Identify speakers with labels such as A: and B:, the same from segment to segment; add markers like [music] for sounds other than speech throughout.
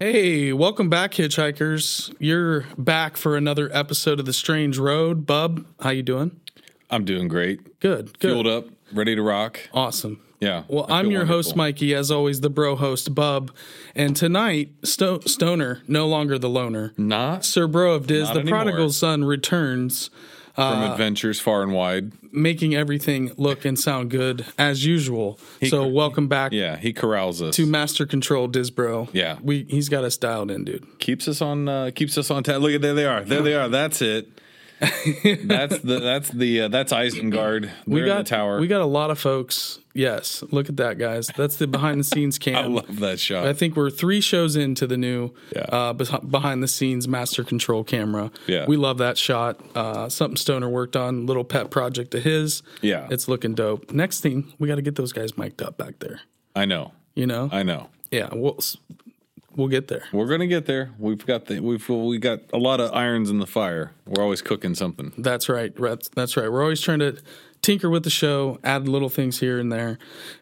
A: Hey, welcome back, hitchhikers. You're back for another episode of The Strange Road. Bub, how you doing?
B: I'm doing great.
A: Good, good,
B: Fueled up, ready to rock.
A: awesome.
B: Yeah.
A: Well,
B: I
A: I'm
B: feel
A: your host,
B: wonderful.
A: Mikey, as always, the bro host, Bub, and tonight, Sto- Stoner, no longer the loner.
B: Not
A: Sir Bro of Diz,
B: Not
A: the
B: anymore.
A: prodigal son, returns, Uh,
B: from adventures far and wide.
A: making everything look and sound good as usual. so, welcome back
B: Yeah, he corrals us.
A: to Master Control, Diz Bro.
B: Yeah.
A: we he's got us dialed in, dude.
B: keeps us on. Uh, keeps us on. Ta- Look at there they are. There they are.
A: [laughs]
B: That's it. that's the that's the uh, that's Isengard. We're
A: we got
B: in the tower.
A: We got a lot of folks. Yes, look at that, guys. That's the behind the
B: [laughs]
A: scenes
B: I
A: cam.
B: love that shot.
A: I think we're three shows into the new
B: Yeah.
A: uh, beh- behind the scenes master control camera.
B: Yeah.
A: We love that shot. Uh, something Stoner worked on, little pet project of his.
B: Yeah.
A: It's looking dope. Next thing, we got to get those guys mic'd up back there.
B: I know.
A: You know?
B: I know.
A: yeah, we'll s- we'll get there.
B: We're gonna get there. We've got the we've we got a lot of irons in the fire. We're always cooking something.
A: That's right. That's, that's right. We're always trying to tinker with the show, add little things here and there.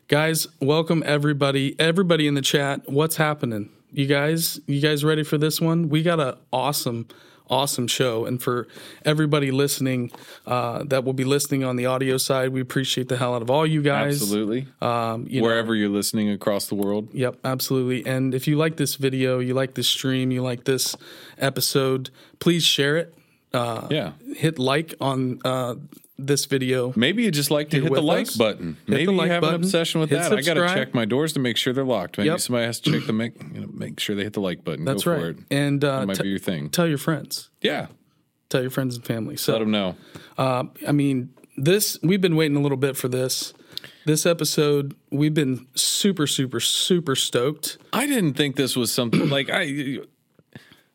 A: Guys, welcome everybody. Everybody in the chat, what's happening? You guys, you guys ready for this one? We got a awesome, awesome show. And for everybody listening uh, that will be listening on the audio side, we appreciate the hell out of all you guys.
B: Absolutely.
A: Um, you know,
B: Wherever you're listening across the world.
A: Yep, absolutely. And if you like this video, you like this stream, you like this episode, please share it. Uh,
B: yeah.
A: Hit like on uh, this video.
B: Maybe you just like to hit the
A: with
B: like
A: us.
B: button.
A: the
B: Maybe
A: like
B: you have
A: button.
B: an obsession with
A: Hit
B: that. I
A: subscribe.
B: gotta check my doors to make sure they're locked. Maybe
A: Yep.
B: somebody has to check the make you know, make sure they hit the like button.
A: That's
B: Go for
A: right.
B: it.
A: And uh,
B: That might
A: t-
B: be your thing.
A: tell your friends,
B: yeah,
A: tell your friends and family.
B: let
A: So,
B: them know.
A: I mean, this we've been waiting a little bit for this. This episode, we've been super, super, super stoked.
B: I didn't think this was something like I.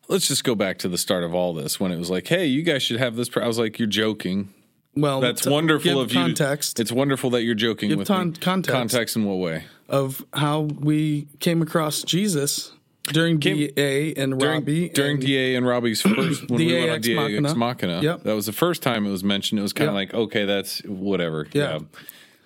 B: Let's just go back to the start of all this when it was like, "Hey, you guys should have this." Pro-. I was like, "You're joking."
A: Well,
B: That's
A: to
B: wonderful
A: uh, give
B: of you. to-
A: Context
B: It's wonderful that you're joking with
A: ton-
B: me.
A: context.
B: Context in what way?
A: of how we came across Jesus during DA and
B: during,
A: Robbie.
B: during
A: and
B: DA
A: [clears throat]
B: and Robbie's first when we went on
A: DAX
B: DA
A: Machina.
B: Ex Machina.
A: Yep.
B: That was the first time it was mentioned. It was kind
A: Yep.
B: of like, okay, that's whatever.
A: Yeah.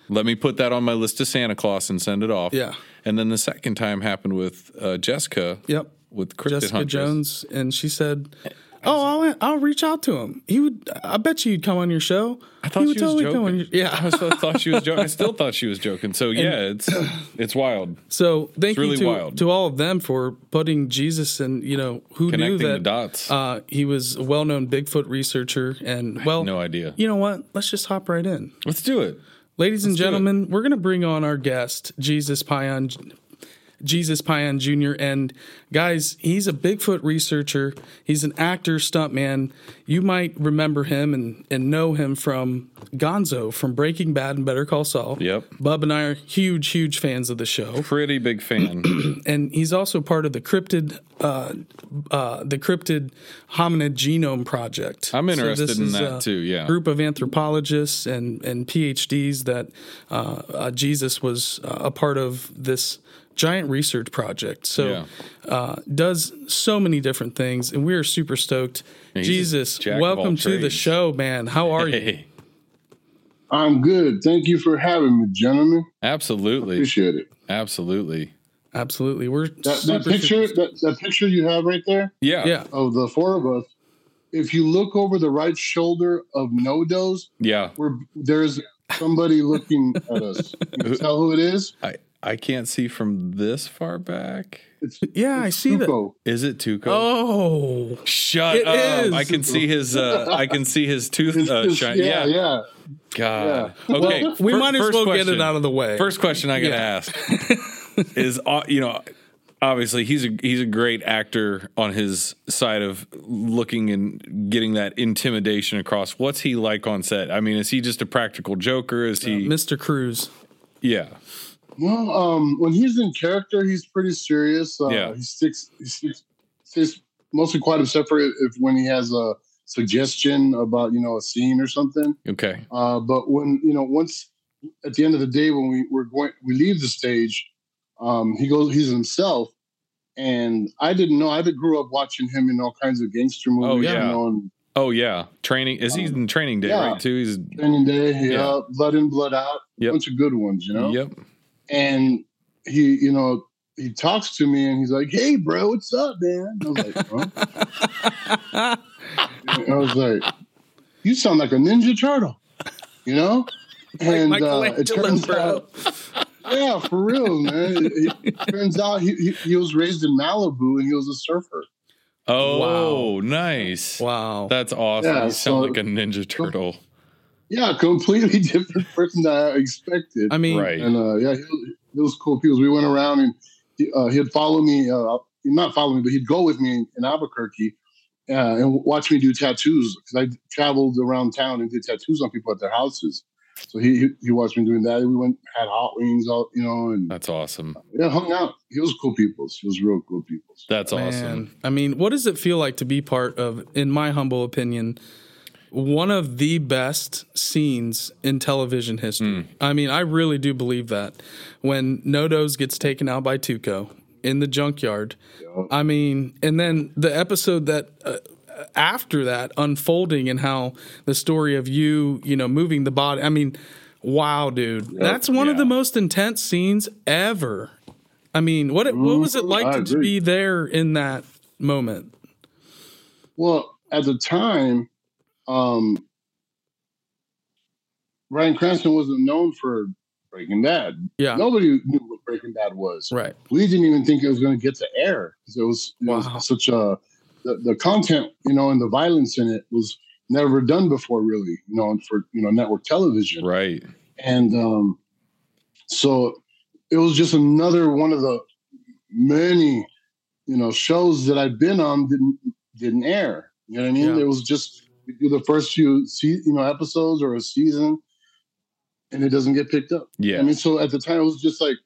B: Let me put that on my list to Santa Claus and send it off.
A: Yeah.
B: And then the second time happened with uh, Jessica.
A: Yep.
B: With Cryptid
A: Jessica
B: Huntress.
A: Jones, and she said, "Oh, I'll, I'll reach out to him. He would. I bet you he'd come on your show.
B: I thought
A: he
B: she
A: would
B: was
A: come
B: joking.
A: on your- yeah,
B: [laughs] I still thought she was joking. I still thought she was joking. So
A: [clears throat]
B: yeah, it's it's wild.
A: So thank you
B: really
A: to,
B: wild.
A: to all of them for putting Jesus and you know who
B: Connecting
A: knew that
B: the dots.
A: Uh, he was a well-known Bigfoot researcher, and well,
B: no idea.
A: You know what? Let's just hop right in,
B: Let's do it.
A: ladies and
B: do it.
A: gentlemen. We're gonna bring on our guest, Jesus Pion, Jesus Pion Jr. And guys, he's a Bigfoot researcher. He's an actor, stuntman. You might remember him and and know him from Gonzo from Breaking Bad and Better Call Saul.
B: Yep.
A: Bub and I are huge, huge fans of the show
B: Pretty
A: [clears throat]
B: big fan.
A: and he's also part of the cryptid uh, uh, the cryptid hominid genome project.
B: I'm interested
A: this
B: in
A: is
B: that
A: a
B: too, yeah.
A: group of anthropologists and and PhDs that uh, uh, Jesus was uh, a part of this giant research project. So uh, does so many different things, and we are super stoked.
B: a
A: Jesus,
B: jack of all
A: welcome to the
B: trades.
A: show, man. How are
B: [laughs]
A: you?
B: hey,
C: I'm good. Thank you for having me, gentlemen.
B: absolutely,
C: Appreciate it.
B: absolutely.
A: Absolutely, we're
C: That, that
A: super,
C: picture,
A: super-
C: that, that picture you have right there
B: Yeah,
A: yeah,
C: of the four of us. If you look over the right shoulder of No Do's,
B: yeah.
C: we're, there's
A: [laughs]
C: somebody looking at us. You can tell who it is?
B: I I can't see from this far back.
C: It's
A: yeah. I see that.
C: Tuco.
B: Is it Tuco?
A: Oh,
B: Shut
A: It
B: up!
A: is.
B: I can see his. Uh, I can see his tooth uh,
C: It's-
B: shine.
C: yeah,
B: Yeah,
C: yeah.
B: God. Okay,
A: we
B: fir-
A: might as
B: first
A: well get
B: question.
A: it out of the way.
B: First question I gotta
A: Yeah.
B: ask [laughs] is, uh, you know, obviously he's a he's a great actor on his side of looking and getting that intimidation across. What's he like on set? I mean, is he just a practical joker? Is he?
A: Mr. Cruz.
B: yeah,
C: Well, um, when he's in character, he's pretty serious. Uh,
B: Yeah.
C: He sticks, he sticks, stays mostly quite separate if when he has a suggestion about, you know, a scene or something.
B: okay,
C: Uh, but when you know, once at the end of the day, when we we're going, we leave the stage. Um, he goes, he's himself, and I didn't know. I did- grew up watching him in all kinds of gangster movies.
B: Oh,
C: you
B: yeah.
C: know, and
B: oh yeah, training is he in Training Day
C: Yeah.
B: right too? He's
C: Training Day, yeah,
B: Yeah.
C: Blood In, Blood Out, a
B: Yep.
C: bunch of good ones, you know.
B: yep,
C: And he, you know, he talks to me and he's like, "Hey, bro, what's up, man?" I was like, huh? [laughs] I was like, "You sound like a ninja turtle," you know. And uh, it turns out, yeah, for real, man. It, it turns out he, he, he was raised in Malibu and he was a surfer.
B: Oh, nice.
A: Wow.
B: That's awesome.
C: Yeah,
B: you sound
C: so-
B: like a Ninja Turtle.
C: Yeah, completely [laughs] different person than I expected.
A: I mean,
B: Right.
C: and uh, yeah, he, he was cool people. We went around and he, uh, he'd follow me, uh, not follow me, but he'd go with me in, in Albuquerque uh, and watch me do tattoos because I traveled around town and did tattoos on people at their houses. So he he, he watched me doing that. We went had hot wings, all you know, and
B: That's awesome.
C: yeah, hung out. He was cool people. He was real cool people.
B: That's awesome.
A: Man, I mean, what does it feel like to be part of, in my humble opinion, one of the best scenes in television history?
B: Hmm.
A: I mean, I really do believe that. When Nodos gets taken out by Tuco in the junkyard, I mean, and then the episode that. Uh, after that unfolding and how the story of you, you know, moving the body. I mean, wow, dude. That's one of
B: yeah.
A: the most intense scenes ever. I mean, what it, what was it
C: Mhm,
A: like
C: I
A: to
C: agree.
A: be there in that moment?
C: Well, at the time, um, Ryan Cranston wasn't known for Breaking Bad.
A: Yeah,
C: Nobody knew what Breaking Bad was.
A: right.
C: We didn't even think it was going to get to air 'cause it was, it
A: Wow.
C: was such a the, the content, you know, and the violence in it was never done before, really, you know, and for you know network television.
B: Right.
C: And um, so it was just another one of the many, you know, shows that I'd been on didn't didn't air. You know what I mean?
A: Yeah.
C: It was just we do the first few se- you know episodes or a season, and it doesn't get picked up. I
B: Yeah.
C: mean, so at the time it was just like,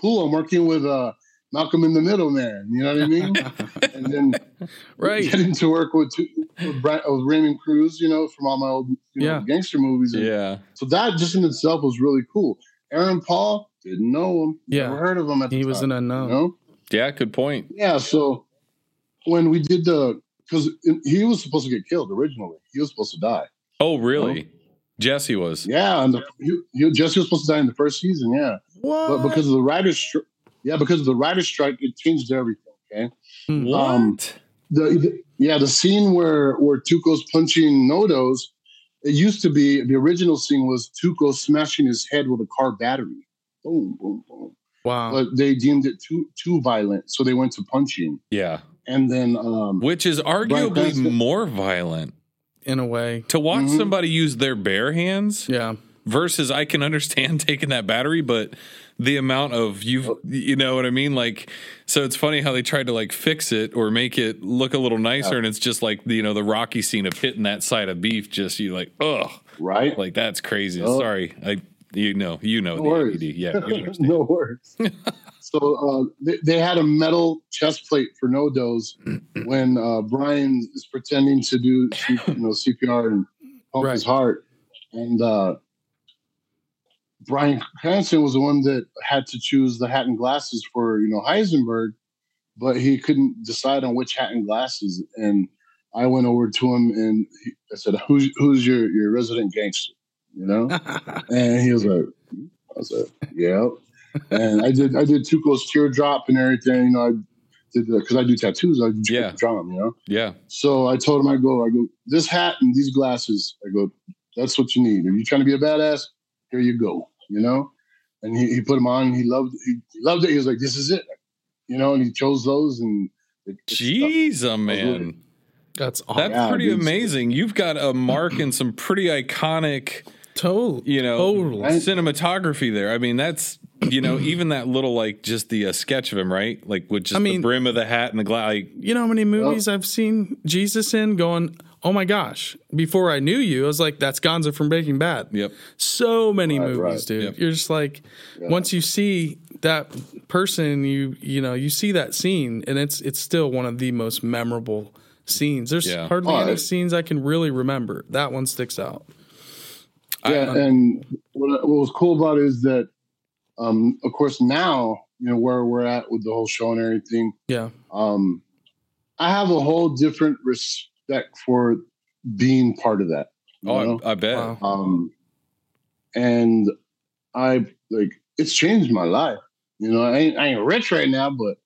C: cool. I'm working with uh, Malcolm in the Middle, man. You know what I
A: [laughs]
C: mean? and then
A: Right.
C: [laughs] getting to work with, two, with, Bra- with Raymond Cruz, you know, from all my old you know,
A: Yeah.
C: gangster movies. And
B: Yeah.
C: so that just in itself was really cool. Aaron Paul didn't know him.
A: Yeah.
C: Never heard of him at the
A: He was an
C: time. you
A: unknown.
C: know?
B: Yeah. Good point.
C: Yeah. So when we did the, because he was supposed to get killed originally. He was supposed to die.
B: Oh, really? Jesse was.
C: Yeah. And the, he, he, Jesse was supposed to die in the first season. Yeah. But
A: What?
C: because of the writers, stri- yeah, because of the writers' strike, it changed everything. Okay.
B: What?
C: Um, The, the- yeah, the scene where where Tuco's punching Nodos, it used to be the original scene was Tuco smashing his head with a car battery. Boom, boom, boom.
A: wow.
C: But they deemed it too too violent, so they went to punching.
B: yeah.
C: And then um,
B: Which is arguably
C: Cranston-
B: more violent
A: In a way,
B: to watch
C: Mhm.
B: somebody use their bare hands
C: [laughs]
A: yeah.
B: versus I can understand [laughs] taking that battery, but the amount of you, you know what I mean? Like, so it's funny how they tried to like fix it or make it look a little nicer, and it's just like you know the Rocky scene of hitting that side of beef. Just you like, ugh,
C: right,
B: like that's crazy.
C: Oh.
B: Sorry, I you know you know the
C: No worries.
B: IED. yeah, you
C: [laughs]
B: understand.
C: no words. so uh, they, they had a metal chest plate for Nodos when uh, Brian is pretending to do C- you know CPR and pump his
A: Right.
C: heart, and uh, Brian Cranston was the one that had to choose the hat and glasses for you know Heisenberg, but he couldn't decide on which hat and glasses. And I went over to him and he, I said, "Who's who's your your resident gangster?" You know. And he was like, "Hmm?" I was like, yeah. and I did, I did Tuco's teardrop and everything. You know, I did because I do tattoos. I do
B: Yeah.
C: drum, you know.
B: Yeah,
C: So I told him, I go, I go, this hat and these glasses. I go, that's what you need. Are you trying to be a badass? Here you go, you know. And he, he put them on. He loved, he loved it. He was like, this is it, you know. And he chose those and. It, it stuck.
B: jeez, uh,
C: literally-
B: man,
A: That's
B: that's
A: awesome.
C: Oh, Yeah,
B: pretty
C: dude.
B: amazing. You've got a mark and some pretty iconic.
A: Totally.
B: you know
A: Totally.
C: Right.
B: cinematography there i mean that's you
C: [clears throat]
B: know even that little like just the uh, sketch of him right like with just
A: I mean-
B: the brim of the hat and the glass like
A: You know how many movies I've seen Jesus in going, oh my gosh, before I knew you, I was like, that's Gonzo from Breaking Bad.
B: yep
A: So many
C: Right,
A: movies,
C: right.
A: dude.
B: Yep.
A: You're just like, once you see that person, you you know, you see that scene, and it's it's still one of the most memorable scenes. There's
B: Yeah.
A: hardly
C: Oh,
A: any
C: it-
A: scenes I can really remember. That one sticks out.
C: yeah, and what, what was cool about it is that, um, of course, now you know where we're at with the whole show and everything.
A: Yeah.
C: Um, I have a whole different respect for being part of that. you
B: oh
C: know?
B: I, I bet
A: Wow.
C: um, and I like it's changed my life. You know, I ain't, I ain't rich right now, but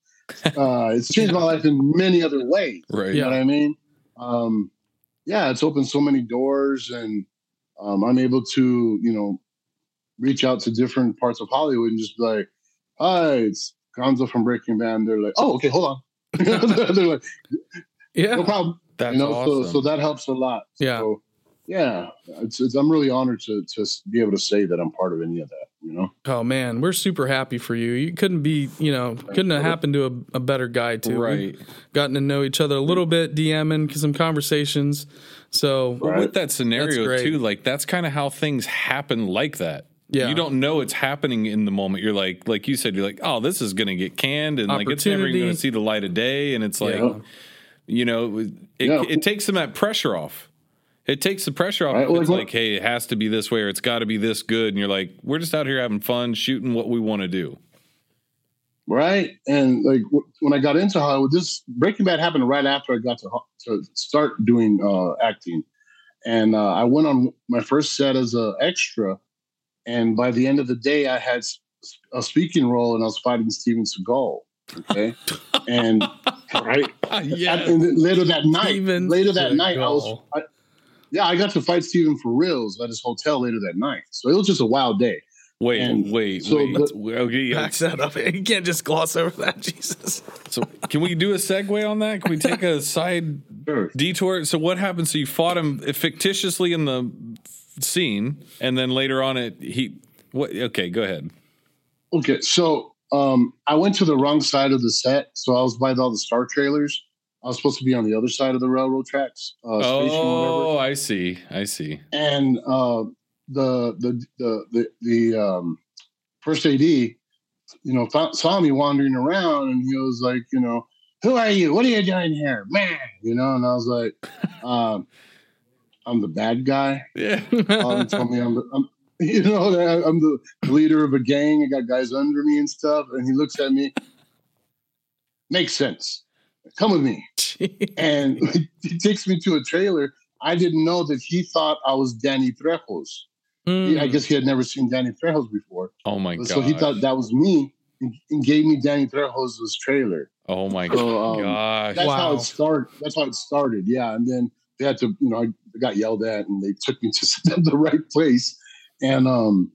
C: uh,
B: [laughs]
C: it's changed my life in many other ways.
B: Right.
C: You know what I mean? Um, yeah, it's opened so many doors, and um, I'm able to, you know, reach out to different parts of Hollywood and just be like, "Hi, it's Gonzo from Breaking Bad." And they're like, "Oh, okay, hold on." [laughs] they're like,
A: Yeah.
C: "No problem."
B: That's
C: you know,
B: awesome.
C: so so that helps a lot.
A: Yeah.
C: So, yeah, it's, it's, I'm really honored to to be able to say that I'm part of any of that. You know.
A: Oh man, we're super happy for you. You couldn't be, you know, couldn't have happened to a, a better guy too. We've
B: right.
A: gotten to know each other a little bit, DMing some conversations. So
C: Right.
B: With that scenario
A: great.
B: too, like that's kind of how things happen like that.
A: Yeah.
B: You don't know it's happening in the moment. You're like, like you said, you're like, oh, this is gonna get canned and like it's never even gonna
A: Opportunity.
B: see the light of day. And it's like,
C: Yeah.
B: you know, it,
C: Yeah.
B: it takes them that pressure off. It takes the pressure off.
C: Right, well,
B: it's
C: it's-
B: like, hey, it has to be this way or it's gotta be this good. And you're like, we're just out here having fun, shooting what we want to do.
C: right? And like w- when I got into Hollywood, this Breaking Bad happened right after I got to ho- to start doing uh, acting, and uh, I went on my first set as a extra, and by the end of the day, I had s- a speaking role, and I was fighting Steven Seagal. Okay,
A: [laughs]
C: and right,
A: ah, yeah.
C: and then later that night,
A: Steven
C: later that night, I was.
A: Seagal.
C: I, yeah, I got to fight Steven for reals at his hotel later that night. So it was just a wild day.
B: Wait,
C: And
B: wait,
C: so
B: wait.
C: the-
B: Let's- okay,
A: [laughs]
B: yeah,
A: Back that up. You can't just gloss over that, [laughs] Jesus.
B: so can we do a segue on that? Can we take a side
C: Sure.
B: detour. So what happened? So you fought him fictitiously in the scene, and then later on, it he. What? Okay, go ahead.
C: Okay, so um, I went to the wrong side of the set, so I was by all the star trailers. I was supposed to be on the other side of the railroad tracks, uh, station, or whatever.
B: oh, I see. I see.
C: And uh, the the the the, the um, first AD, you know, found, saw me wandering around, and he was like, you know, who are you? What are you doing here, man? You know, and I was like, um, I'm the bad guy.
B: Yeah.
A: [laughs]
C: Um, told me I'm, the, I'm [laughs] you know, that I'm the leader of a gang. I got guys under me and stuff. And he looks at me. Makes sense. Come with me. And [laughs] he takes me to a trailer. I didn't know that he thought I was Danny Trejos. He- I
A: Mm.
C: guess he had never seen Danny Trejos before.
B: Oh my god.
C: so he thought that was me and, and gave me Danny Trejos' trailer.
B: Oh my
C: So, um,
B: gosh.
C: That's how
A: Wow.
C: it started. That's how it started. Yeah, and then they had to, you know, I got yelled at, and they took me [laughs] to the right place, and um,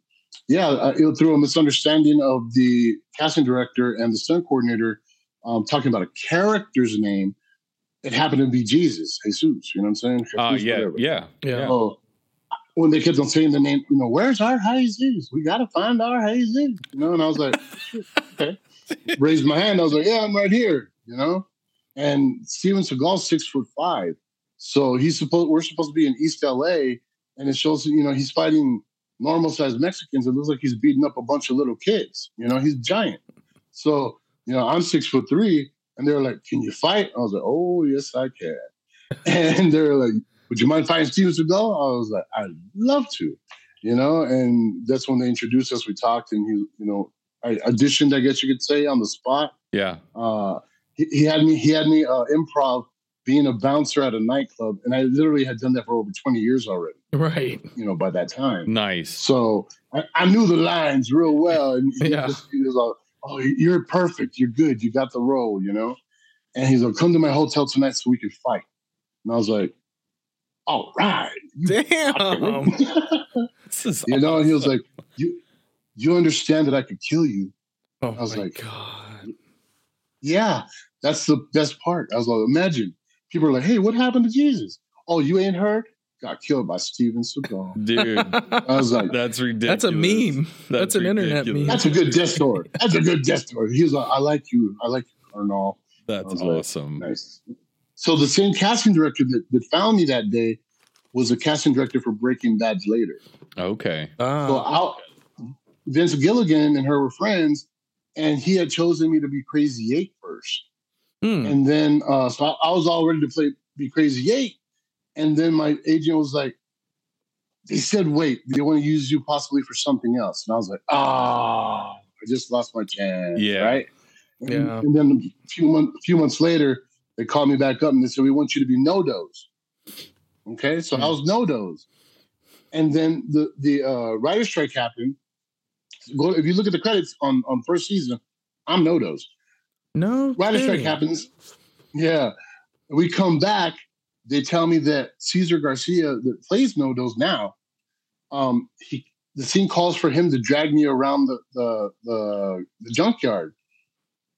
C: yeah, uh, it, through a misunderstanding of the casting director and the stunt coordinator um, talking about a character's name, it happened to be Jesus, Jesus. You know what I'm saying?
B: Uh,
C: Jesus,
B: yeah,
C: whatever.
B: yeah.
A: Yeah.
C: So when Oh. they kept on saying the name, you know, where's our Jesus? We got to find our Jesus. You know, and I was like, "Shit, okay. Raised my hand. I was like, yeah, I'm right here. You know, and Steven Seagal's six foot five, so he's supposed. We're supposed to be in East LA, and it shows. You know, he's fighting normal sized Mexicans. It looks like he's beating up a bunch of little kids. You know, he's giant. So you know, I'm six foot three, and they're like, "Can you fight?" I was like, "Oh yes, I can." [laughs] And they're like, would you mind fighting Steven Seagal? I was like, I'd love to, you know. And that's when they introduced us. We talked, and he, you know, I auditioned, I guess you could say, on the spot.
B: Yeah.
C: Uh, he, he had me, he had me uh, improv being a bouncer at a nightclub, and I literally had done that for over twenty years already,
A: Right.
C: you know, by that time.
B: Nice.
C: So I, I knew the lines real well, and he,
A: Yeah.
C: just, he was like, "Oh, you're perfect. You're good. You got the role," you know. And he's like, "Come to my hotel tonight so we can fight." And I was like, "All right."
A: [laughs] Damn.
B: This is
C: [laughs] you know, and he was like, "You, you understand that I could kill you?"
A: Oh
C: I was
A: my
C: like-
A: god.
C: Yeah, that's the best part. I was like, imagine people are like, "Hey, what happened to Jesus?" Oh, you ain't heard? Got killed by Steven
A: [laughs]
C: Seagal.
B: dude,
C: I
B: [laughs]
C: was like,
B: that's ridiculous.
A: That's a meme. That's an internet
B: ridiculous.
A: meme.
C: "That's a good death story. That's a good death story." He was like, "I like you. I like you, Arnold. I
B: That's
C: was like,
B: awesome.
C: Nice." So the same casting director that, that found me that day was the casting director for Breaking Bad later.
B: Okay.
C: So
A: Ah.
C: out, Vince Gilligan and her were friends, and he had chosen me to be Crazy Eight first.
A: Hmm.
C: And then uh, so I, I was all ready to play be Crazy Eight, and then my agent was like, "They said wait, they want to use you possibly for something else," and I was like, "Ah, I just lost my chance."
B: Yeah.
C: right. And,
A: Yeah.
C: and then a few months few months later, they called me back up and they said, "We want you to be no dose." Okay,
A: Hmm.
C: so I was no dose, and then the the uh, writer strike happened. Go if you look at the credits on on first season, I'm no dose.
A: No.
C: Writer
A: kidding.
C: strike happens. Yeah. We come back. They tell me that Cesar Garcia, that plays No Dose now, um, he the scene calls for him to drag me around the the the, the junkyard.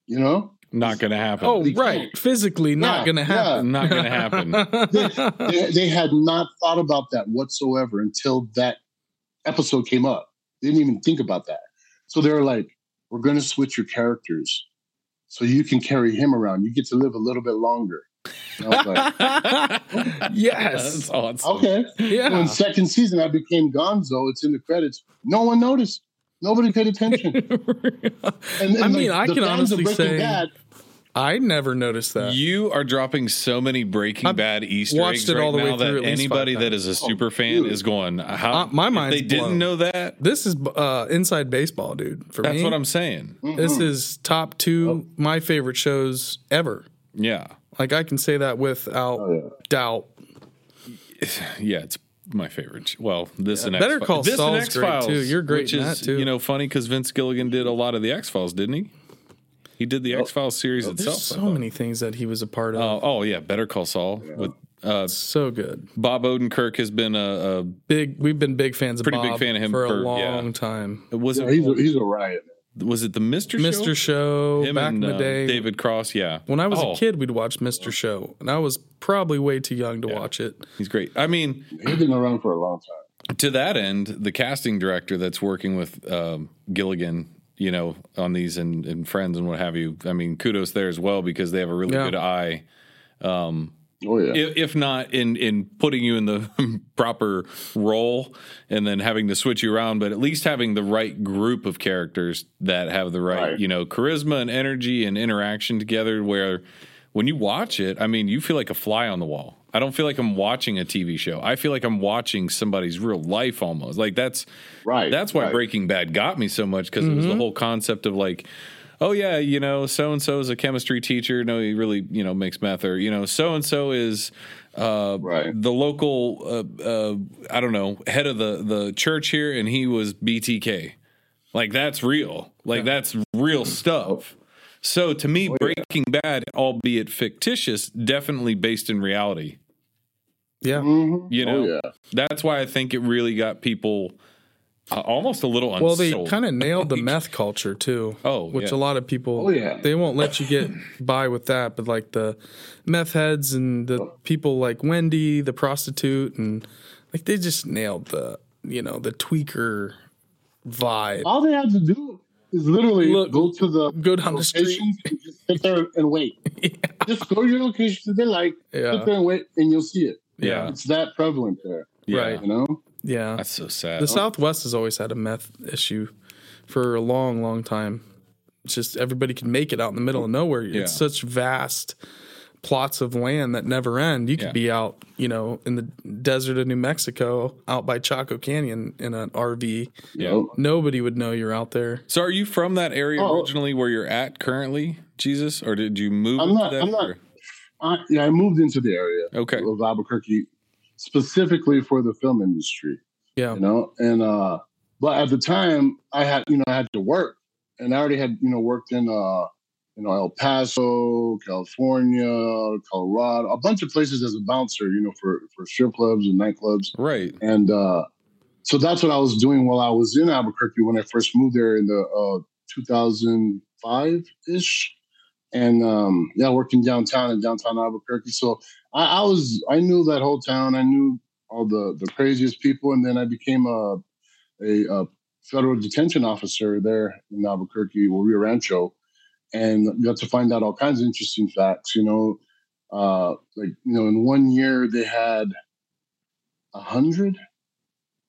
C: You know,
B: Not going to happen.
A: Oh,
C: They
A: right.
C: can't.
A: Physically, not
C: Yeah,
A: going to
C: yeah.
A: happen.
B: Not
A: [laughs]
B: gonna happen.
C: they, they had not thought about that whatsoever until that episode came up. They didn't even think about that. So they were like, "We're going to switch your characters, so you can carry him around. You get to live a little bit longer." And I
A: [laughs]
C: was like,
A: yes.
B: That's awesome.
C: "Okay." So in
A: Yeah.
C: second season, I became Gonzo. It's in the credits. No one noticed. Nobody paid
A: [laughs]
C: attention.
A: I
C: the-
A: mean, I
C: the
A: can
C: fans of
A: honestly
C: Breaking
A: say
C: Bad,
A: I never noticed that.
B: You are dropping so many Breaking
A: I've
B: Bad Easter
A: watched
B: eggs
A: it
B: right
A: all the way
B: now
A: through
B: that
A: at least
B: anybody
A: five
B: that is a super fan
C: Oh, dude.
B: is going. How,
A: Uh, my
B: if
A: mind's
B: They didn't
A: blown.
B: know that.
A: this is uh, inside baseball, dude. For
B: That's
A: me,
B: what I'm saying.
C: Mm.
A: this
C: Mm-hmm.
A: is top two my favorite shows ever.
B: Yeah,
A: Like I can say that without
C: Oh,
A: doubt.
B: yeah. It's my favorite. sh- Well, this and
A: Better
B: X-Fi-
A: Call
B: this
A: Saul's
B: and
A: great,
B: X Files
A: too. You're great
B: which
A: in
B: is
A: that, too.
B: you know funny because Vince Gilligan did a lot of the X Files, didn't he? He did the X Files series itself.
A: Oh. There's
B: I
A: so
B: thought.
A: many things that he was a part of.
B: Oh, oh yeah, Better Call Saul with uh,
A: so good.
B: Bob Odenkirk has been a,
A: Big. We've been big fans of
B: Pretty
A: Bob
B: big fan of him
A: for, a
B: for- yeah.
A: long time.
B: a was
C: Yeah,
B: it
C: he's a, he's a riot.
B: was it the Mister
A: Mr. Show
B: Him
A: back
B: and
A: in the
B: uh,
A: day.
B: David Cross, yeah.
A: When I was
B: Oh,
A: a kid, we'd watch Mr. Show, and I was probably way too young to watch it.
B: he's great. I mean,
C: He's been around for a long time.
B: to that end, the casting director that's working with um, Gilligan, you know, on these and, and Friends and what have you. I mean, kudos there as well because they have a really
A: Yeah.
B: good eye,
C: Oh yeah.
B: if, if not in in putting you in the [laughs] proper role and then having to switch you around, but at least having the right group of characters that have the right,
C: Right.
B: you know, charisma and energy and interaction together. Where when you watch it, I mean, you feel like a fly on the wall. I don't feel like I'm watching a TV show. I feel like I'm watching somebody's real life almost. Like that's
C: right.
B: that's why
C: right.
B: Breaking Bad got me so much because it was the whole concept of like, oh yeah, you know, so and so is a chemistry teacher. No, he really you know makes meth, or you know, so and so is uh,
C: Right.
B: the local uh, uh, I don't know head of the the church here, and he was BTK. Like that's real. Like that's real stuff. So to me, Breaking Bad, albeit fictitious, definitely based in reality.
A: Yeah.
C: Mhm.
B: You
C: Oh,
B: know,
C: yeah.
B: that's why I think it really got people uh, almost a little
A: Well,
B: unsold.
A: they kind of nailed
B: [laughs]
A: the meth culture too.
B: Oh,
A: which
B: yeah.
A: a lot of people,
C: Oh, yeah.
A: they won't let you
B: [laughs]
A: get by with that. But like the meth heads and the people like Wendy, the prostitute, and like they just nailed the you know the tweaker vibe.
C: All they had to do is literally
A: Look-
C: go to the
A: go down the street.
C: locations and just sit there and
A: [laughs]
C: wait. Just go to your locations that they like,
A: Yeah.
C: sit there and wait, and you'll see it.
B: Yeah.
C: It's that prevalent there,
B: Yeah.
A: Right.
C: you know?
A: Yeah,
B: That's so sad.
A: the Southwest has always had a meth issue for a long, long time. It's just everybody can make it out in the middle of nowhere.
B: Yeah.
A: It's such vast plots of land that never end. You could
B: Yeah.
A: be out, you know, in the desert of New Mexico, out by Chaco Canyon in an RV.
B: yeah.
C: Oh,
A: Nobody would know you're out there.
B: So, are you from that area
C: Oh.
B: originally where you're at currently, Jesus, or did you move?
C: I'm
B: into
C: not-
B: that
C: I'm not-
B: or-
C: I, yeah, I moved into the area
B: Okay.
C: of Albuquerque specifically for the film industry,
A: Yeah.
C: you know? And, uh, but at the time I had, you know, I had to work and I already had, you know, worked in, uh, you know, El Paso, California, Colorado, a bunch of places as a bouncer, you know, for, for strip clubs and nightclubs.
B: Right.
C: and uh, so that's what I was doing while I was in Albuquerque when I first moved there in the uh, 2005 ish, and um, yeah, working downtown in downtown Albuquerque. So I, I was I knew that whole town. I knew all the the craziest people, and then I became a a, uh federal detention officer there in Albuquerque, well, Rio Rancho, and got to find out all kinds of interesting facts. You know, uh, like you know, in one year they had 100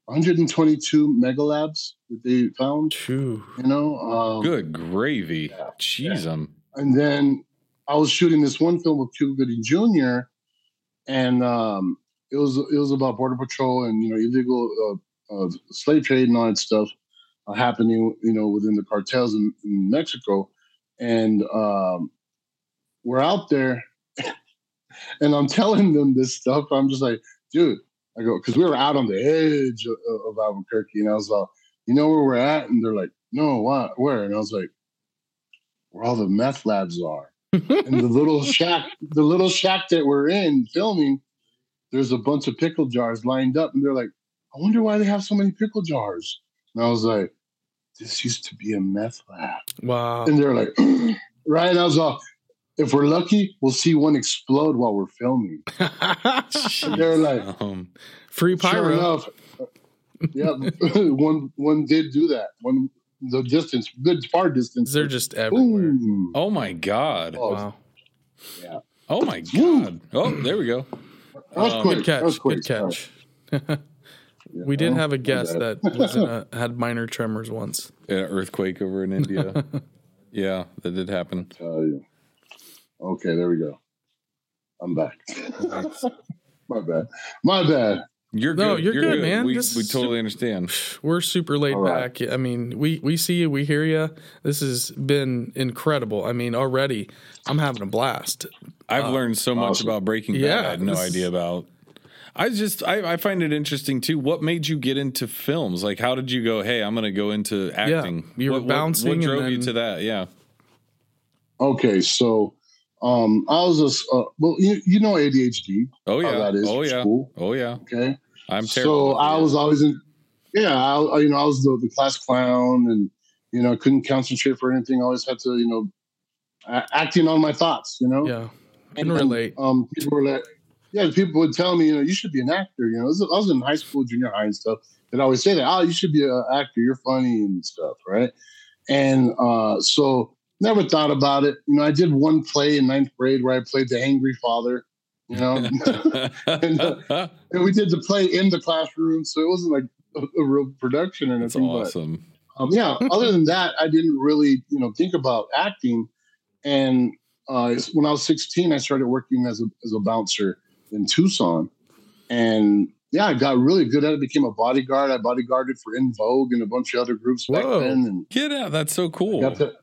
C: 122 megalabs that they found
A: Phew.
C: you know um,
B: Good gravy.
C: Yeah.
B: Jeez, um, I'm.
C: and then i was shooting this one film with cuba gooding jr and um, it was it was about border patrol and you know illegal uh, uh, slave trade and all that stuff uh, happening you know within the cartels in, in mexico and um, we're out there [laughs] and i'm telling them this stuff i'm just like dude i go because we were out on the edge of, of albuquerque and i was like you know where we're at and they're like no what where and i was like where all the meth labs
A: [laughs]
C: are. and the little shack, the little shack that we're in filming, there's a bunch of pickle jars lined up, and they're like, I wonder why they have so many pickle jars. And I was like, this used to be a meth lab. [laughs]
A: Wow.
C: And they're like, [clears throat] right? And I was all, if we're lucky, we'll see one explode while
A: [laughs]
C: we're filming. They're like,
B: Um,
A: Free
C: Sure
A: pyro. [laughs]
C: enough, yeah, [laughs] one one did do that. One the distance, good far distance.
A: They're just everywhere.
C: Boom.
B: oh my god.
C: Oh,
A: Wow.
B: Oh my god. Oh, there we go.
C: that was
B: um,
C: quick.
A: Good
C: that was
A: catch.
C: quick.
A: Good catch. We did have a guest that was
C: [laughs]
A: in a, had minor tremors once.
B: Yeah, earthquake over
A: [laughs]
B: in India. yeah, that did happen.
C: Tell you. Okay, there we go. I'm back. [laughs] My bad. My bad.
B: You're
A: No,
B: good.
A: you're good, man.
B: We,
A: This
B: we
A: is
B: totally understand.
A: We're super laid
C: All right.
A: back. I mean, we we see you, we hear you. This has been incredible. I mean, already I'm having a blast.
B: I've learned so much
C: awesome.
B: about Breaking Bad.
A: Oh, Yeah,
B: I had no
A: this-
B: idea about. I just I, I find it interesting too. What made you get into films? Like, how did you go? Hey, I'm going to go into acting.
A: you were
B: What- what-
A: bouncing
B: What,
A: and
B: drove you
A: then-
B: to that? Yeah.
C: Okay, so um, I was just uh, well, you, you know ADHD.
B: Oh
C: how
B: yeah.
C: that is
B: Oh
C: for
B: yeah.
C: school.
B: Oh yeah.
C: Okay.
B: I'm
C: so
B: terrible. [laughs]
C: I was [laughs] always in, yeah, I, you know, I was the, the class clown and, you know, I couldn't concentrate for anything. I always had to, you know, a- acting on my thoughts, you know?
A: Yeah. Can relate.
C: Um, people were like, yeah, people would tell me, you know, you should be an actor. You know, I was, I was in high school, junior high and stuff. They'd always say that, oh, you should be an actor. You're funny and stuff, right? And uh, so never thought about it. You know, I did one play in ninth grade where I played the angry father, you know? and we did the play in the classroom, so it wasn't like a, a real production or
B: That's
C: anything.
B: awesome.
C: But um, yeah, other than that, I didn't really you know think about acting. And uh, it's- when I was 16, I started working as a as a bouncer in Tucson, and yeah, I got really good at it. Became a bodyguard. I bodyguarded for In Vogue and a bunch of other groups back
A: Whoa.
C: then, and
B: Get out. That's so cool.
C: got to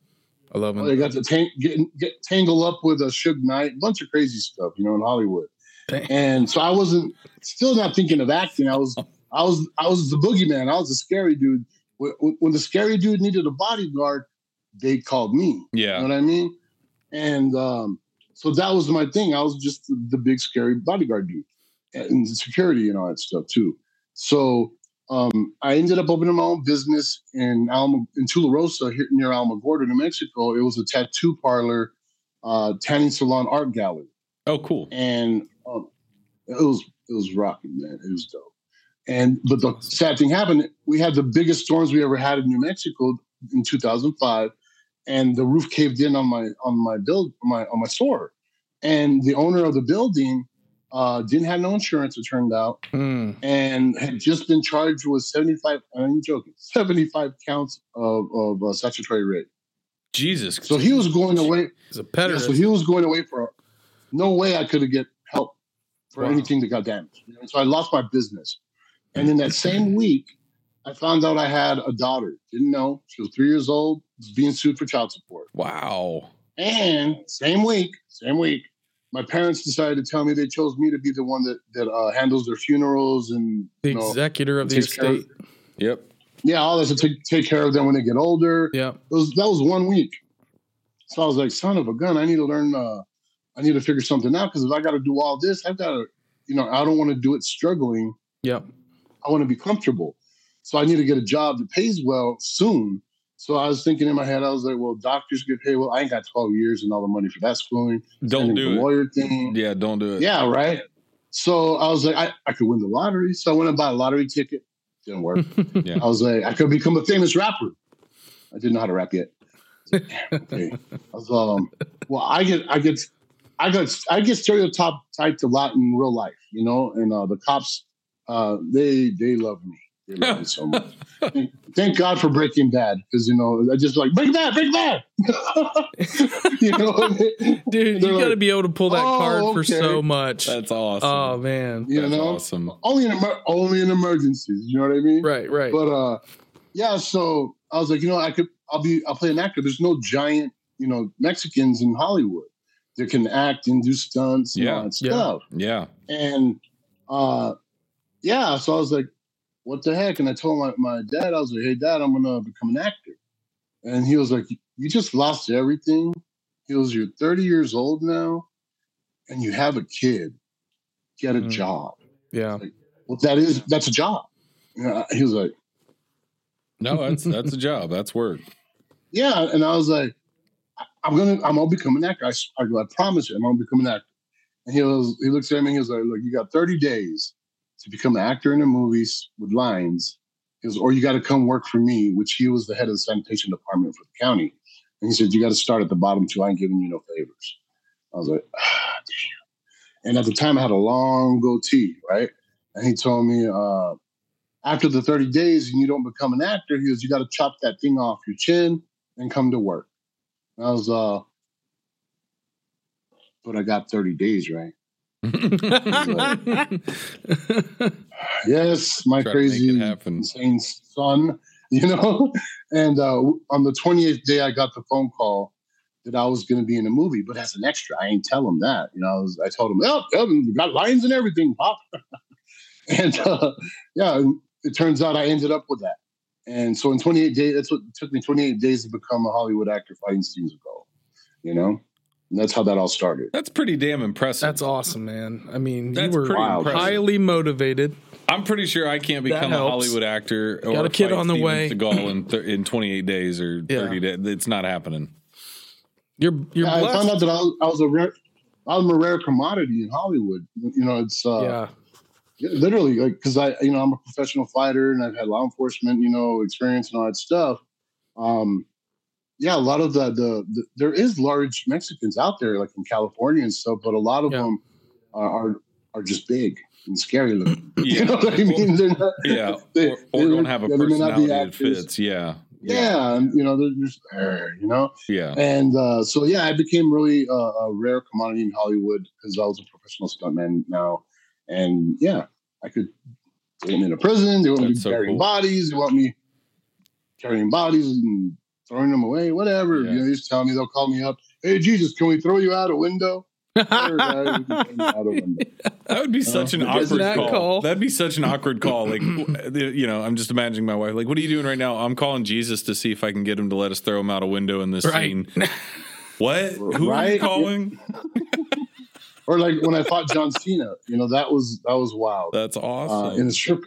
A: I love
C: I
A: him.
C: got to tang- get, get tangle up with a Suge Knight, bunch of crazy stuff, you know, in Hollywood.
A: Dang.
C: And so I wasn't still not thinking of acting. I was, I was, I was the boogeyman. I was the scary dude. When, when the scary dude needed a bodyguard, they called me. You know
B: yeah.
C: what I mean? And um, so that was my thing. I was just the, the big scary bodyguard dude and the security and all that stuff too. So um, I ended up opening my own business in Alma in Tularosa here near Alamogordo, New Mexico. It was a tattoo parlor, uh, tanning salon, art gallery,
B: Oh, cool.
C: and um, it was it was rocking, man. It was dope. And but the sad thing happened. We had the biggest storms we ever had in New Mexico in 2005 and the roof caved in on my on my build my on my store and the owner of the building uh, didn't have no insurance it turned out
A: Hmm.
C: and had just been charged with 75 i'm joking 75 counts of, of uh, statutory rape
B: Jesus.
C: so he was going away
A: He's a
C: yeah,
A: pederast.
C: so he was going away for no way I could have get help for
A: Wow.
C: anything that got damaged. You know, so I lost my business. And in that same week, I found out I had a daughter. Didn't know she was three years old, was being sued for child support.
B: [laughs] wow.
C: And same week, same week, my parents decided to tell me they chose me to be the one that that uh, handles their funerals and
A: the
C: you know,
A: executor of the
C: takes care of-
A: estate.
B: Yep.
C: yeah, all this to take, take care of them when they get older.
A: Yeah.
C: It was that was one week. So I was like, son of a gun, I need to learn. Uh, I need to figure something out because if I got to do all this, I've got to, you know, I don't want to do it struggling.
A: Yeah.
C: I want to be comfortable. So I need to get a job that pays well soon. So I was thinking in my head, I was like, well, doctors get paid well. I ain't got 12 years and all the money for that schooling.
B: Don't
C: And the
B: do
C: lawyer
B: it.
C: thing.
B: Yeah. Don't do it.
C: Yeah, right. So I was like, I, I could win the lottery. So I went and bought a lottery ticket. Didn't work.
B: [laughs] Yeah.
C: I was like, I could become a famous rapper. I didn't know how to rap yet. I was like, okay. I was um, well, I get, I get, I got, I get stereotyped a lot in real life, you know. And uh, the cops, uh, they they love me. They love me
B: [laughs]
C: so much. Thank- Thank God for Breaking Bad because you know I just like Breaking Bad, Breaking Bad. [laughs] you know,
A: Dude,
C: They're
A: you got to
C: like,
A: be able to pull that
C: "Oh,
A: card for
C: okay."
A: so much.
B: That's awesome.
A: Oh man.
C: you
B: That's
C: know,
B: awesome.
C: only in emer- only in emergencies. You know what I mean?
A: Right, right.
C: But uh, yeah. So I was like, you know, I could, I'll be, I'll play an actor. There's no giant, you know, Mexicans in Hollywood that can act and do stunts and all that
A: Yeah, yeah.
C: stuff.
B: Yeah.
C: And uh, yeah. So I was like, what the heck? And I told my, my dad, I was like, hey, dad, I'm gonna become an actor. And he was like, you just lost everything. He goes, you're 30 years old now, and you have a kid. Get a
A: Mm.
C: job.
A: Yeah.
C: Well, that is that's a job. Yeah, he was like,
B: No, that's that's a job. That's work.
C: yeah, and I was like, I- I'm gonna, I'm gonna become an actor. I, s- I go, "I promise you, I'm gonna become an actor. And he was, he looks at me, and he was like, look, you got 30 days to become an actor in the movies with lines. He goes, or you got to come work for me, which he was the head of the sanitation department for the county. And he said, you got to start at the bottom too. I ain't giving you no favors. I was like, ah, damn. And at the time, I had a long goatee, right? And he told me, uh, after the 30 days and you don't become an actor, he goes, you got to chop that thing off your chin and come to work. And I was, uh, but I got 30 days, right? Yes, my
B: Try to make it
C: crazy,
B: happen.
C: insane son, [laughs] you know? And uh, on the 28th day, I got the phone call that I was going to be in a movie, but as an extra, I ain't tell him that. You know, I, was, I told him, oh, oh, we got lines and everything, Pop. [laughs] and uh, yeah, it turns out I ended up with that. And so in 28 days, that's what it took me 28 days to become a Hollywood actor fighting Steve's goal, you know? And that's how that all started.
B: That's pretty damn impressive.
A: [laughs] That's awesome, man. I mean,
B: That's
A: you were
B: pretty
C: Wow.
B: impressive.
A: highly motivated.
B: I'm pretty sure I can't become a
A: helps.
B: Hollywood actor or
A: Got a kid
B: fight
A: on the
B: Steven
A: way.
B: Seagal
A: [laughs]
B: in thir- in 28 days or
A: Yeah.
B: 30 days. It's not happening.
A: You're you're
C: Yeah, I
A: blessed.
C: found out that I was, I was a rare, I'm a rare commodity in Hollywood. You know, it's uh,
A: yeah.
C: Yeah, literally, like, because I, you know, I'm a professional fighter and I've had law enforcement, you know, experience and all that stuff. Um, yeah, a lot of the, the the there is large Mexicans out there, like in California and stuff, but a lot of
A: Yeah.
C: them are, are are just big and scary looking. [laughs]
B: Yeah.
C: [laughs] You know what I mean? They're not,
B: [laughs] yeah.
C: they-
B: Or, or
C: they-
B: don't have a
C: yeah, they may not be
B: personality that
C: actors.
B: fits. Yeah.
C: Yeah, and, you know, they're just, eh, you know,
B: Yeah.
C: and uh, so yeah, I became really uh, a rare commodity in Hollywood because I was a professional stuntman now, and yeah, I could they want me in a prison. They want me
B: That's so
C: carrying
B: cool.
C: bodies. They want me carrying bodies and throwing them away. Whatever
B: Yeah.
C: you know, they just tell me. They'll call me up. Hey Jesus, can we throw you out
B: [laughs]
C: a window? Sure,
A: [laughs]
C: guys, we can throw you out a window.
B: That would be such an
C: Uh,
B: awkward
C: isn't
A: that
B: call.
A: call?
B: That'd be such an awkward call.
C: [laughs]
B: Like, w- you know, I'm just imagining my wife. Like, what are you doing right now? I'm calling Jesus to see if I can get him to let us throw him out a window in this
A: Right.
C: [laughs]
B: scene. What? Who are you
C: Right?
B: calling?
C: or like when I fought John Cena, you know that was that was wild.
B: That's
C: uh, in
B: awesome.
C: a strip.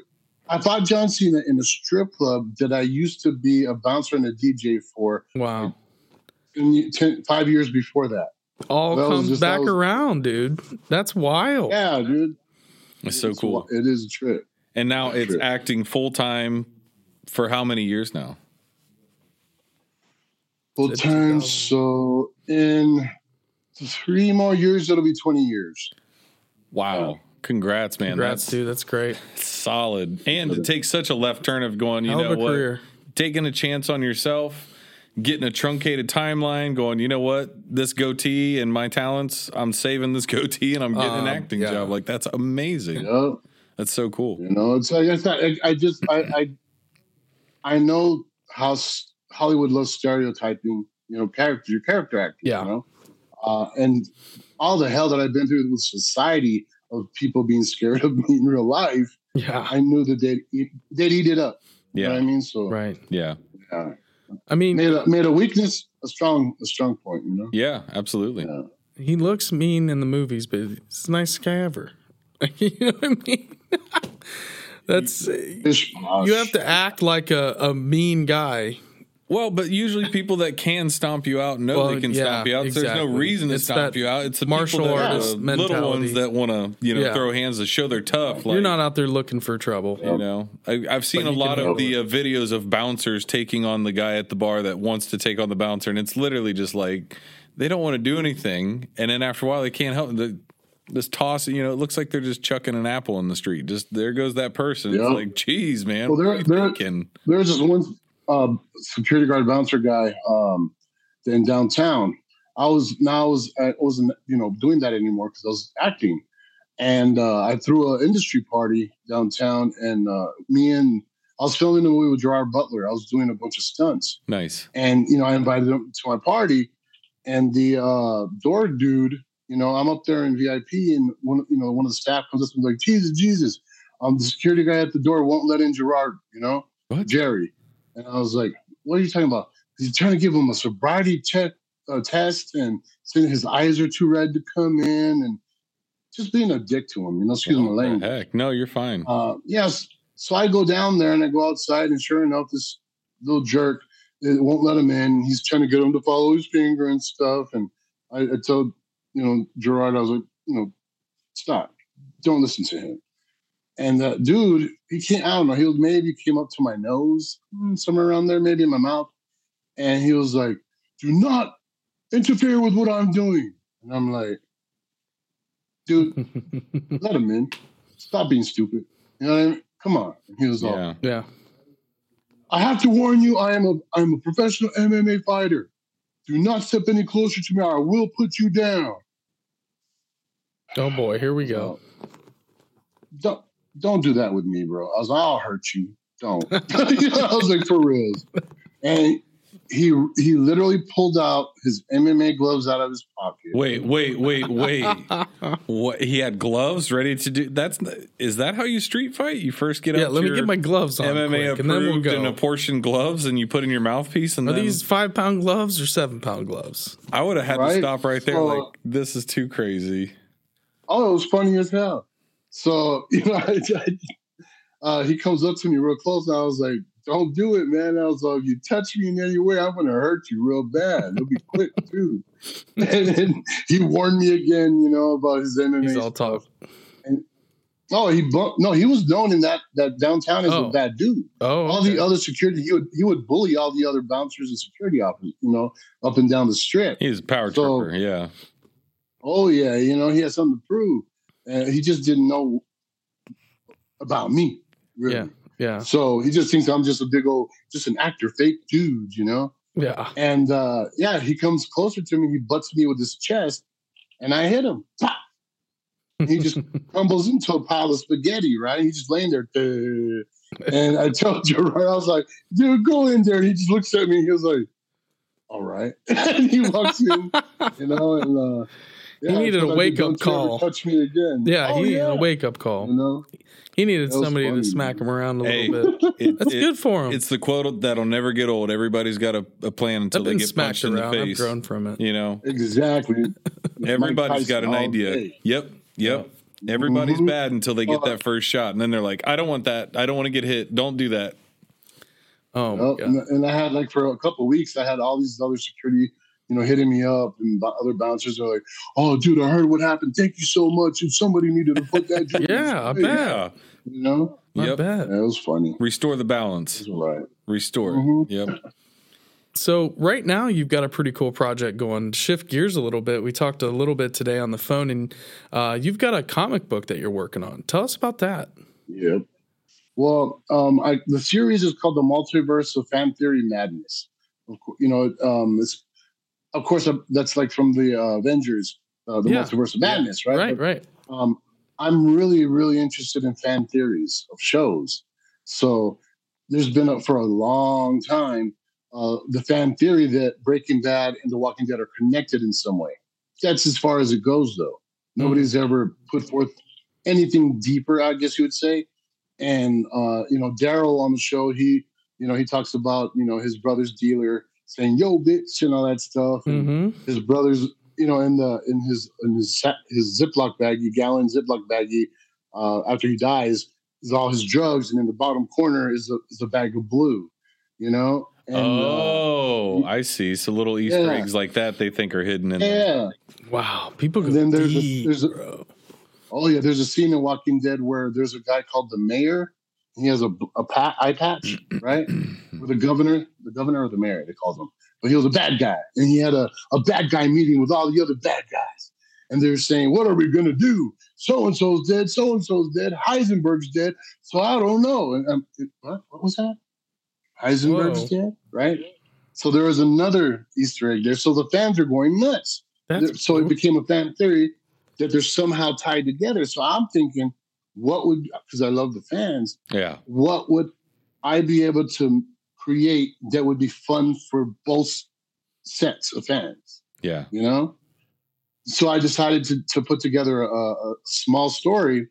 C: I fought John Cena in a strip club that I used to be a bouncer and a DJ for
A: Wow.
C: ten, ten, five years before that.
A: All
C: That was
A: comes
C: just- that
A: back
C: was-
A: around, dude. That's wild.
C: Yeah, dude.
B: It's so
C: It's
B: cool.
C: wi- It is a trip.
B: And now
C: That's
B: it's
C: true.
B: acting full time for how many years now?
C: Full
A: It's a
C: time.
A: 2000.
C: So in three more years, it'll be 20 years.
B: Wow. Congrats, man.
A: Congrats,
B: That's
A: dude. That's great.
B: solid. And to take such a left turn of going, you
A: Hell
B: know
A: of a
B: what?
A: career.
B: Taking a chance on yourself, getting a truncated timeline, going, you know what? This goatee and my talents, I'm saving this [laughs] goatee and I'm getting
A: Um,
B: an acting
A: yeah.
B: job. Like that's amazing.
C: You know,
B: That's so cool.
C: you know it's like I, said, I, I just, I, I, I know how s- Hollywood loves stereotyping, you know, character, your character acting,
A: Yeah.
C: you know, uh, and all the hell that I've been through with society of people being scared [laughs] of me in real life.
A: Yeah.
C: I knew that they'd eat, they'd eat it up. You know
B: Yeah.
C: what I mean? So
A: Right.
B: Yeah.
C: yeah.
A: I mean,
C: made a made a weakness a strong a strong point, you know.
B: Yeah. Absolutely.
C: Yeah.
A: he looks mean in the movies, but he's the nicest guy ever. [laughs] you know what I mean? [laughs] That's
C: Fish posh.
A: you have to act like a, a mean guy.
B: Well, but usually people that can stomp you out know
A: Well,
B: they can
A: yeah,
B: stomp you out. There's no
A: exactly.
B: reason to
A: It's
B: stomp
A: that
B: you out. It's the people
A: martial
B: that are
C: artist
B: the little
A: mentality.
B: ones that want to, you know,
A: Yeah.
B: throw hands to show they're tough. Like,
A: You're not out there looking for trouble.
B: You know, I, I've seen a
A: But you
B: lot
A: can
B: of the uh, videos of bouncers taking on the guy at the bar that wants to take on the bouncer, and it's literally just like they don't want to do anything, and then after a while they can't help the this toss. You know, it looks like they're just chucking an apple in the street. Just there goes that person.
C: Yeah.
B: It's like, geez, man,
C: Well,
B: what
C: they're-
B: are you
C: they're-
B: thinking?
C: There was uh, this one um, security guard bouncer guy um, in downtown. I was now I was I wasn't you know doing that anymore because I was acting, and uh, I threw an industry party downtown, and uh, me and I was filming the movie with Gerard Butler. I was doing a bunch of stunts,
B: nice.
C: and you know I invited him to my party, and the uh, door dude, you know I'm up there in VIP, and one you know one of the staff comes up and like Jesus, Jesus, um, the security guy at the door won't let in Gerard, you know
B: What?
C: Jerry, and I was like, what are you talking about? he's trying to give him a sobriety check uh, test, and saying his eyes are too red to come in, and just being a dick to him. You know, excuse
B: What
C: my
B: the
C: language.
B: Heck, no, you're fine.
C: Uh, yes. So I go down there and I go outside, and sure enough, this little jerk it won't let him in. He's trying to get him to follow his finger and stuff. And I, I told you know Gerard, I was like, you know, stop, don't listen to him. And uh, dude, he can't. I don't know. He was maybe came up to my nose, mm, somewhere around there, maybe in my mouth, and he was like, "Do not interfere with what I'm doing." And I'm like, dude, let him in. Stop being stupid. You know what I mean? Come on. And He was all,
B: Yeah.
A: [laughs] yeah.
C: I have to warn you, I am a I'm a professional MMA fighter. Do not step any closer to me or I will put you down.
A: Oh boy, here we go.
C: Don't don't do that with me, bro. I was like, I'll hurt you. Don't. [laughs] You know, I was like, for real. And he he literally pulled out his MMA gloves out of his pocket.
B: Wait, wait, wait,
C: [laughs]
B: wait. what he had gloves ready to do? That's is that how you street fight? You first get
A: yeah,
B: out
A: let me
B: your
A: get my gloves on
B: MMA
A: quick, and then we'll
B: approved
A: go.
B: and apportioned gloves, and you put in your mouthpiece, and
A: Are
B: then
A: these five pound gloves or seven pound gloves?
B: I would have had to
C: Right?
B: stop right there.
C: So-
B: like this is too crazy.
C: Oh, it was funny as hell. So [laughs] you know, I, I, uh, he comes up to me real close, and I was like, "Don't do it, man." I was like, "You touch me in any way, I'm gonna hurt you real bad. It'll be quick too." [laughs] and then he warned me again, you know, about his MMA.
A: He's all talk.
C: oh, he bu- no, he was known in that that downtown as
A: Oh.
C: a bad dude.
A: Oh,
C: All
A: okay.
C: the other security, he would he would bully all the other bouncers and security officers, you know, up and down the strip.
B: He's a power
C: So-
B: tripper.
A: [laughs]
B: Yeah.
C: oh yeah, you know, he had something to prove. And he just didn't know about me, really.
A: yeah,
C: So he just thinks I'm just a big old, just an actor, fake dude, you know?
A: yeah.
C: And uh, yeah, he comes closer to me, he butts me with his chest, and I hit him. Pop! He
A: [laughs]
C: just crumbles into a pile of spaghetti, right? He's just laying there. "Duh." And I told Gerard, I was like, dude, go in there. And he just looks at me. He was like, all right. [laughs] and he walks in, you know, and uh,
A: He needed
C: I told
A: a
C: him,
A: wake-up
C: "Don't you ever
A: call."
C: Touch me again.
A: yeah,
C: Oh,
A: he needed a
C: yeah.
A: wake up
C: You
A: call.
C: know,
A: He needed
C: That was
A: somebody to
C: funny,
A: smack
C: man.
A: him around a
B: Hey,
A: little bit.
B: It-
A: That's
B: it-
A: good for him.
B: It's the quote that'll never get old. Everybody's got a, a plan
A: I've
B: until they
A: been
B: get punched
A: smacked
B: in the
A: around. I've
B: face.
A: grown from it. [laughs]
B: You know, [laughs]
C: exactly. Oh,
B: everybody's
C: Everybody's
B: got an idea. Yep, yep. Everybody's
A: Mm-hmm.
C: Mhm.
B: bad until they get
C: Uh,
B: that first shot, and then they're like, "I don't want that. I don't want to get hit. Don't do that."
A: Oh my
C: Well,
A: god.
C: and, and I had like for a couple of weeks, I had all these other security, you know, hitting me up, and the other bouncers are like, "Oh, dude, I heard what happened. Thank you so much. And somebody needed to
A: [laughs]
C: put that." dude in his
A: Yeah, I
C: place."
A: bet.
B: Yeah.
C: You know,
A: Not
B: Yep.
A: bad.
C: yeah, it was funny.
B: Restore the balance.
C: It was all right.
B: Restore.
A: Mm-hmm.
C: Mhm.
B: Yep.
A: So right now you've got a pretty cool project going. Shift gears a little bit. We talked a little bit today on the phone, and uh, you've got a comic book that you're working on. Tell us about that.
C: Yep. Well, um, I, the series is called the Multiverse of Fan Theory Madness. Of course, you know, um, it's of course uh, that's like from the uh, Avengers, uh, the
A: Yeah.
C: Multiverse of
A: Yeah.
C: Madness, right?
A: Right, right.
C: um, I'm really, really interested in fan theories of shows. So there's been a, for a long time uh, the fan theory that Breaking Bad and The Walking Dead are connected in some way. That's as far as it goes, though. Nobody's ever put forth anything deeper, I guess you would say. And uh, you know, Daryl on the show, he you know he talks about you know his brother's dealer saying "yo bitch" and all that stuff. And
A: hmm
C: his brother's you know in the in his in his sa- his ziploc baggie gallon ziploc baggie uh, after he dies is all his drugs and in the bottom corner is a, is a bag of blue you know and uh,
B: oh, I see. So little Easter
C: Yeah.
B: eggs like that they think are hidden in there.
C: yeah
A: Wow, people go
C: And then there's a-
A: deep,
C: there's a-
A: bro.
C: oh yeah there's a scene in walking dead where there's a guy called the mayor he has a, b- a pat, eye patch right with the governor the governor or the mayor they called him but he was a bad guy and he had a, a bad guy meeting with all the other bad guys and they're saying what are we going to do so and so's dead so and so's dead heisenberg's dead so i don't know and um, it- what, what was that heisenberg's
A: Whoa.
C: dead right so there was another easter egg there so the fans are going nuts
A: That's
C: so it
A: cool.
C: became a fan theory that they're somehow tied together. So I'm thinking, what would because I love the fans,
B: Yeah.
C: what would I be able to create that would be fun for both sets of fans? [laughs]
B: Yeah.
C: You know, so I decided to to put together a, a small story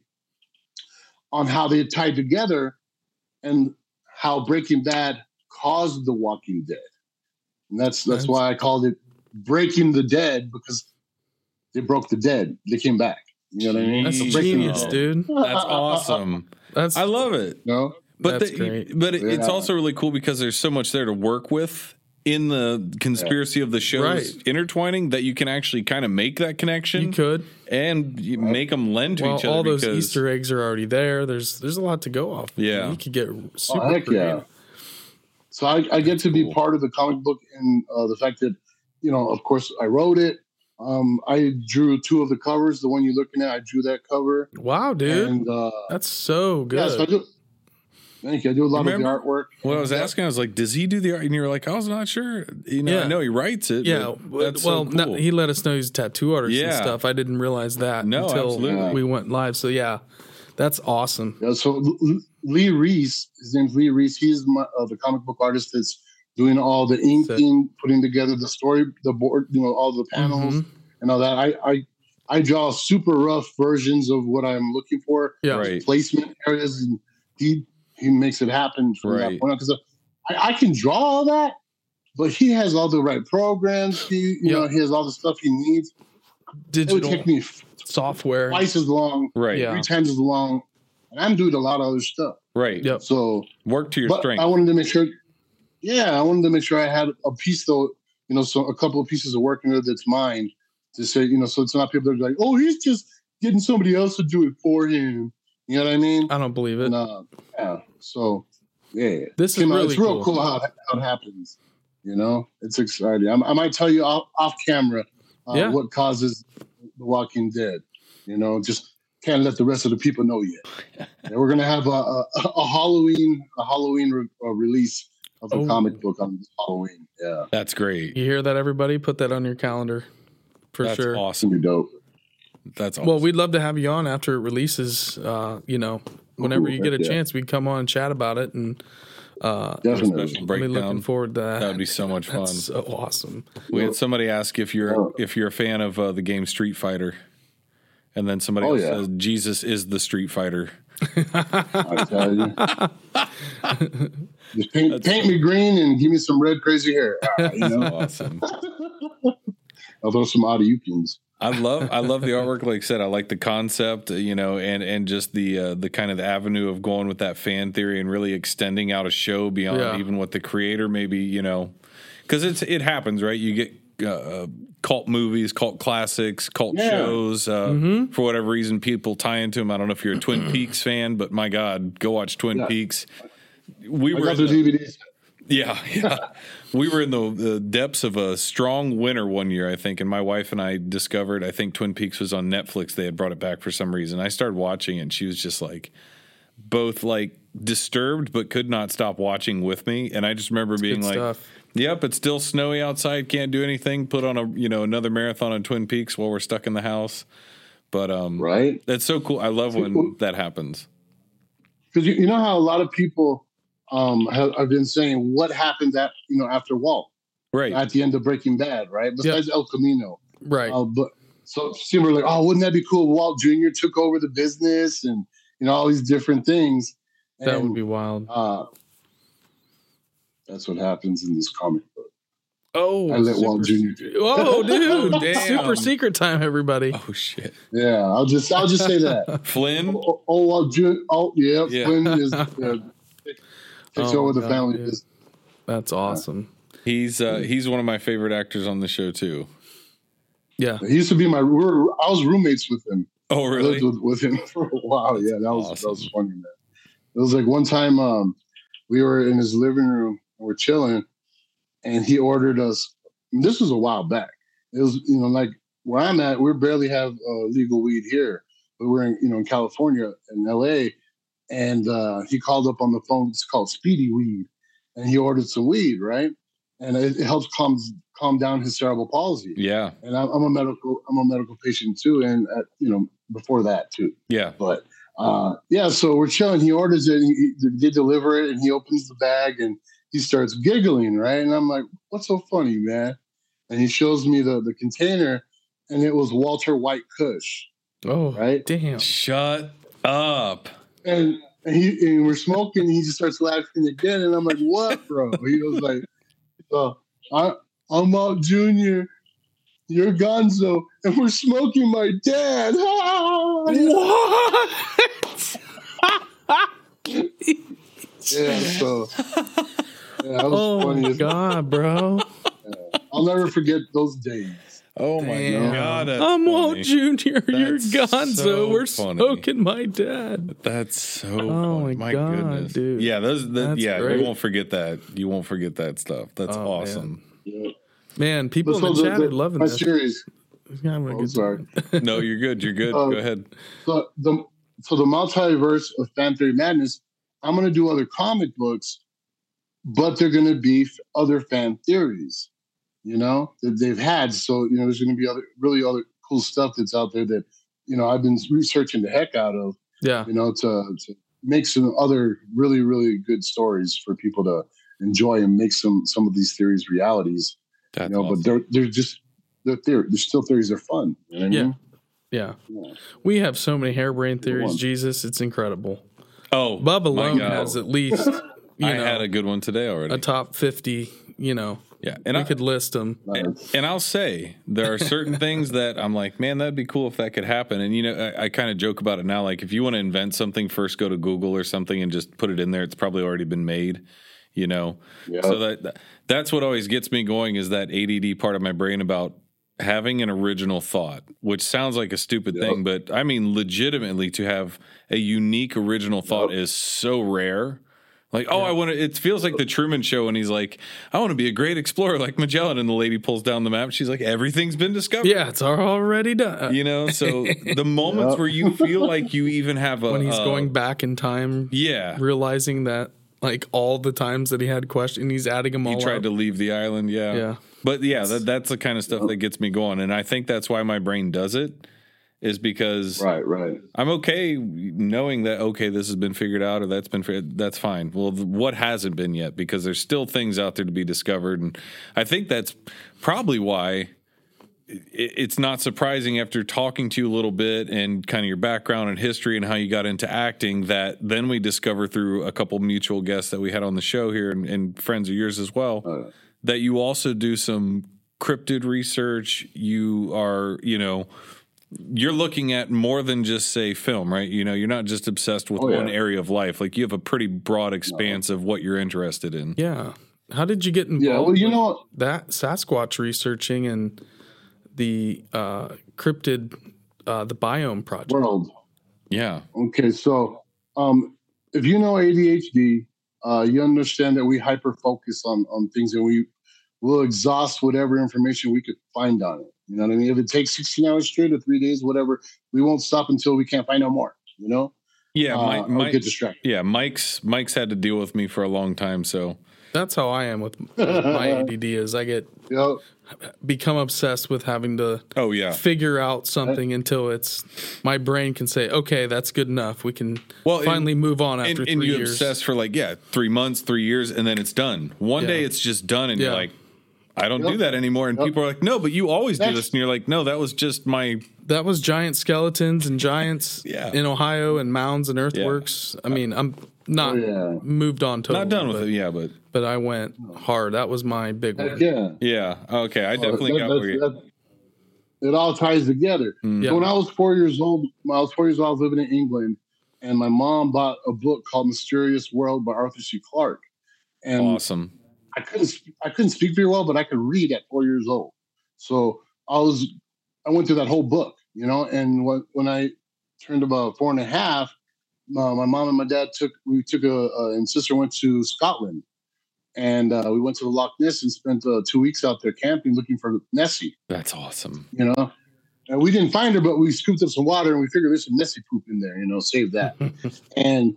C: on how they tied together and how Breaking Bad caused The Walking Dead. and that's that's why I called it breaking the dead because they broke the dead. They came back. You know what I mean?
A: That's
B: Jeez.
A: genius,
B: Oh.
A: dude.
B: That's
C: [laughs]
B: awesome.
A: That's
B: I love it.
C: No,
B: But
A: That's
B: the-
A: great.
B: but it- it's
C: Yeah.
B: also really cool because there's so much there to work with in the conspiracy of the shows
A: Right.
B: intertwining that you can actually kind of make that connection
A: you could.
B: and you make them lend to
A: Well,
B: each other.
A: all those
B: because-
A: Easter eggs are already there. There's there's a lot to go off. of.
B: Yeah.
A: you could get super.
C: Oh, heck yeah.
A: creative.
C: So I, I get to
B: cool.
C: be part of the comic book and uh, the fact that, you know, of course, I wrote it. Um, I drew two of the covers. The one you're looking at, I drew that cover.
A: Wow, dude,
C: And uh,
A: that's so good.
C: yeah, so I do. Thank you. I do a lot
B: Remember-
C: of the artwork.
B: Well, I was asking, I was like, does he do the art? And you were like, I was not sure. You know, I
A: Yeah.
B: know he writes it.
A: Yeah,
B: but
A: w-
B: that's
A: well,
B: so
A: no-
B: cool.
A: he let us know he's a tattoo artist and
B: Yeah.
A: stuff. I didn't realize that
B: No,
A: until
B: absolutely.
A: we went live. So yeah, that's awesome.
C: Yeah, so L- L- Lee Reese, his name's Lee Reese. He's my, uh, the comic book artist that's doing all the inking, putting together the story, the board, you know, all the panels
A: Mhm.
C: and all that. I, I I draw super rough versions of what I'm looking for.
A: Yeah,
B: right.
C: placement areas, and he he makes it happen from
B: Right.
C: that point on. Because I, I can draw all that, but he has all the right programs. He you
A: Yeah.
C: know he has all the stuff he needs. It would
A: digital
C: take me f-
A: software.
C: twice as long,
B: Right.
A: Yeah.
C: three times as long, and I'm doing a lot of other stuff.
B: Right.
A: Yep.
C: So,
B: Work to your
C: but
B: strength.
C: I wanted to make sure. Yeah, I wanted to make sure I had a piece though. You know, so a couple of pieces of work in there that's mine to say. You know, so it's not people that are like, oh, he's just getting somebody else to do it for him. You know what I mean?
A: I don't believe it.
C: And, uh, yeah. So, yeah.
A: This is
C: You know,
A: really
C: it's real
A: cool.
C: cool, how, it- how it happens. You know, it's exciting. I'm, I might tell you off, off camera uh,
A: Yeah.
C: what causes The Walking Dead. You know, just can't let the rest of the people know yet.
A: [laughs]
C: and we're gonna have a, a, a Halloween a Halloween re- a release of the
A: Oh.
C: comic book on Halloween. Yeah,
B: That's great.
A: You hear that, everybody? Put that on your calendar for
B: that's
A: sure.
C: it's gonna
B: awesome.
C: be dope.
B: That's awesome.
A: Well, we'd love to have you on after it releases. Uh, you know,
B: Oh,
A: whenever
C: Ooh,
A: you get a
C: heck yeah.
A: chance, we'd come on and chat about it. And uh,
C: Definitely.
B: Special
A: I'll be looking
B: breakdown.
A: forward to [laughs] that.
B: That would be so much fun.
A: That's so awesome. [laughs]
B: We had somebody ask if you're
C: Oh.
B: if you're a fan of uh, the game Street Fighter, and then somebody
C: Oh,
B: else
C: yeah.
B: says Jesus is the Street Fighter.
C: I tell you.
A: [laughs]
C: Just paint, paint me green and give me some red crazy
A: [laughs]
C: hair. Ah, you know,
B: Awesome.
C: I'll throw some Adiukins.
B: I love I love the artwork. Like I said, I like the concept, uh, you know, and and just the uh, the kind of the avenue of going with that fan theory and really extending out a show beyond
A: Yeah.
B: even what the creator maybe you know, because it's it happens right. You get uh, uh, cult movies, cult classics, cult
C: Yeah. Mm-hmm.
B: shows. Uh, For whatever reason, people tie into them. I don't know if you're a
C: [clears throat]
B: Twin Peaks fan, but my God, go watch Twin
C: Yeah.
B: Peaks. We
C: I
B: were
C: got
B: in
C: the
B: the-
C: DVDs.
B: yeah, [laughs] yeah. we were in the, the depths of a strong winter one year, I think, and my wife and I discovered I think Twin Peaks was on Netflix. They had brought it back for some reason. I started watching it, and she was just like both like disturbed but could not stop watching with me. And I just remember being
A: good
B: like
A: stuff.
B: Yep, it's still snowy outside, can't do anything. Put on a you know, another marathon on Twin Peaks while we're stuck in the house. But um
C: Right?
B: that's so cool. I love when that happens.
C: because you, you know how a lot of people um, have, have been saying what happened at you know after Walt
B: Right.
C: at the end of Breaking Bad, right? Besides El Camino,
A: Right.
C: uh, but so people were like, oh, wouldn't that be cool? Walt Jr. took over the business and you know all these different things.
A: that
C: And,
A: would be wild.
C: Uh, that's what happens in this comic book.
A: Oh,
C: I let Walt Jr. do
B: [laughs]
C: it.
A: Oh, dude!
B: Damn.
A: Super secret time, everybody.
B: Oh shit.
C: Yeah, I'll just I'll just say
A: [laughs]
C: that.
B: Flynn.
C: oh, oh, Walt Jr. Oh, yeah,
B: Yeah.
A: [laughs]
C: Flynn is uh, takes
A: Oh,
C: over the
A: God,
C: family
A: dude.
C: business.
A: That's awesome.
B: He's uh, he's one of my favorite actors on the show too.
A: Yeah.
C: He used to be my. We were, I was roommates with him.
B: Oh
C: I lived with, with him [laughs] for a while. Yeah, that was that was
B: awesome.
C: funny, man. It was like one time um, we were in his living room, and we're chilling, and he ordered us. and This was a while back. It was you know like where I'm at, we barely have uh, legal weed here, but we're in you know in California in L.A. And uh, he called up on the phone. It's called Speedy Weed, and he ordered some weed, right? And it, it helps calm calm down his cerebral palsy
B: Yeah,
C: and I'm, I'm a medical I'm a medical patient too, and uh, you know before that too.
B: yeah.
C: But uh, yeah, so we're chilling. He orders it, and he, he- they deliver it, and he opens the bag and he starts giggling, right? And I'm like, "What's so funny, man?" And he shows me the the container, and it was Walter White Kush,
A: Oh,
C: Right?
A: damn.
B: Shut up.
C: and. And, he, and we're smoking. And he just starts laughing again, and I'm like, "What, bro?" He was like, "So I, I'm out Junior. You're Gonzo, and we're smoking my dad. [laughs]
A: What?
C: yeah, so yeah,
A: [laughs]
C: that was
A: oh
C: funny.
A: my
C: as-
A: god, bro.
C: I'll never forget those days.
B: Oh my
A: Damn.
B: god, that's
A: I'm Walt
B: funny.
A: Junior. You're
B: That's
A: Gonzo.
B: so
A: We're
B: funny.
A: smoking my dad.
B: That's so.
A: Oh
B: funny.
A: my
B: my
A: God,
B: goodness,
A: dude.
B: Yeah, those. That,
A: That's
B: yeah,
A: great.
B: you won't forget that. You won't forget that stuff. That's
A: Oh,
B: awesome.
C: Yeah.
A: Man, people
C: So
A: in the chat are loving
C: my
A: this.
C: series.
A: We're having a
C: Oh,
A: good
C: sorry.
A: time.
B: no, you're good. You're good.
C: Um,
B: Go ahead.
C: So the so the multiverse of fan theory madness. I'm going to do other comic books, but they're going to be f- other fan theories. You know that they've had. So you know there's going to be other really other cool stuff that's out there that you know I've been researching the heck out of.
A: Yeah.
C: You know to, to make some other really really good stories for people to enjoy and make some some of these theories realities.
B: That's
C: you know,
B: awesome.
C: but they're they're just they're theory. They're still theories. They're fun. You know what I
A: Yeah.
C: mean?
A: Yeah.
C: Yeah.
A: We have so many harebrained theories,
C: one.
A: Jesus. It's incredible.
B: oh,
A: Bub
B: my
A: alone
B: God.
A: has at least, you
B: [laughs] I
A: know,
B: had a
A: a,
B: good one today already.
A: top 50, you know,
B: yeah,
A: and
B: and
A: we
B: I
A: could list them.
C: Nice.
B: and I'll say there are certain things that I'm like, man, that'd be cool if that could happen. And you know, I, I kind of joke about it now. Like, if you want to invent something, first go to Google or something and just put it in there. It's probably already been made. You know,
C: Yeah.
B: so that that- that's what always gets me going is that ADD part of my brain about having an original thought, which sounds like a stupid
C: Yep.
B: thing, but I mean, legitimately, to have a unique original thought is so rare. Like, oh, I want to. It feels like the Truman Show, and he's like, I want to be a great explorer like Magellan. And the lady pulls down the map. She's like, everything's been discovered.
A: Yeah, it's already done.
B: You
A: [laughs]
B: know, so the moments
C: Yep.
B: where you feel like you even have a
A: when he's
B: a-
A: going back in time,
B: uh, yeah,
A: realizing that, like, all the times that he had questions, he's adding them all
B: he tried
A: up.
B: to leave the island. Yeah.
A: Yeah.
B: But yeah, that, that's the kind of stuff that gets me going. And I think that's why my brain does it is because
C: Right, right.
B: I'm okay knowing that, okay, this has been figured out or that's been, fi- that's fine. Well, th- what hasn't been yet? Because there's still things out there to be discovered. And I think that's probably why i- it's not surprising after talking to you a little bit and kind of your background and history and how you got into acting that then we discover through a couple mutual guests that we had on the show here and, and friends of yours as well
C: Uh,
B: that you also do some cryptid research you are you know you're looking at more than just say film right you know you're not just obsessed with
C: Oh,
B: one
C: yeah.
B: area of life like you have a pretty broad expanse of what you're interested in
A: Yeah. How did you get involved?
C: yeah, well, you
A: with
C: know,
A: that Sasquatch researching and the uh, cryptid, uh, the biome project.
C: world.
B: yeah
C: Okay, so um, if you know ADHD, uh, you understand that we hyper focus on on things, and we will exhaust whatever information we could find on it. You know what I mean? If it takes sixteen hours straight or three days, whatever, we won't stop until we can't find out more. You know?
B: yeah
C: Uh,
B: my,
C: I'll
B: my,
C: get distracted.
B: yeah mike's mike's had to deal with me for a long time so
A: That's how I am with
C: [laughs]
A: my ADD. Is I get
C: Yeah,
A: become obsessed with having to
B: oh yeah
A: figure out something until it's my brain can say, okay, that's good enough. We can
B: Well, and-
A: finally move on after
B: and,
A: three
B: and you
A: years.
B: obsess for like yeah three months three years and then it's done one
A: Yeah.
B: day it's just done and you're
A: Yeah.
B: like i don't do
C: Yep.
B: that animore and
C: Yep.
B: people are like no but you always do
C: That's-
B: this and you're like no that was just my
A: that was giant skeletons and giants
B: [laughs] Yeah.
A: in Ohio and mounds and earthworks. I mean, I'm not
C: Oh, yeah.
A: moved on to
B: not done with it yeah but
A: but I went hard. That was my big
C: Heck
A: one.
C: yeah.
B: Yeah. Okay. I definitely
C: Oh, Uh,
B: got
C: That- that's-
B: where you.
C: that- it all ties together.
B: Mm.
A: Yeah.
C: So when I was four years old, when I was four years old, I was living in England, and my mom bought a book called Mysterious World by Arthur C. Clarke.
A: Um,
C: And
B: awesome.
C: I couldn't sp- I couldn't speak very well, but I could read at four years old. So I was I went through that whole book, you know. And when when I turned about four and a half, uh, my, my mom and my dad took we took a, a and sister went to Scotland, and uh, we went to the Loch Ness and spent uh, two weeks out there camping looking for Nessie,
B: That's awesome.
C: you know. And we didn't find her, but we scooped up some water and we figured there's some Nessie poop in there, you know. Save that and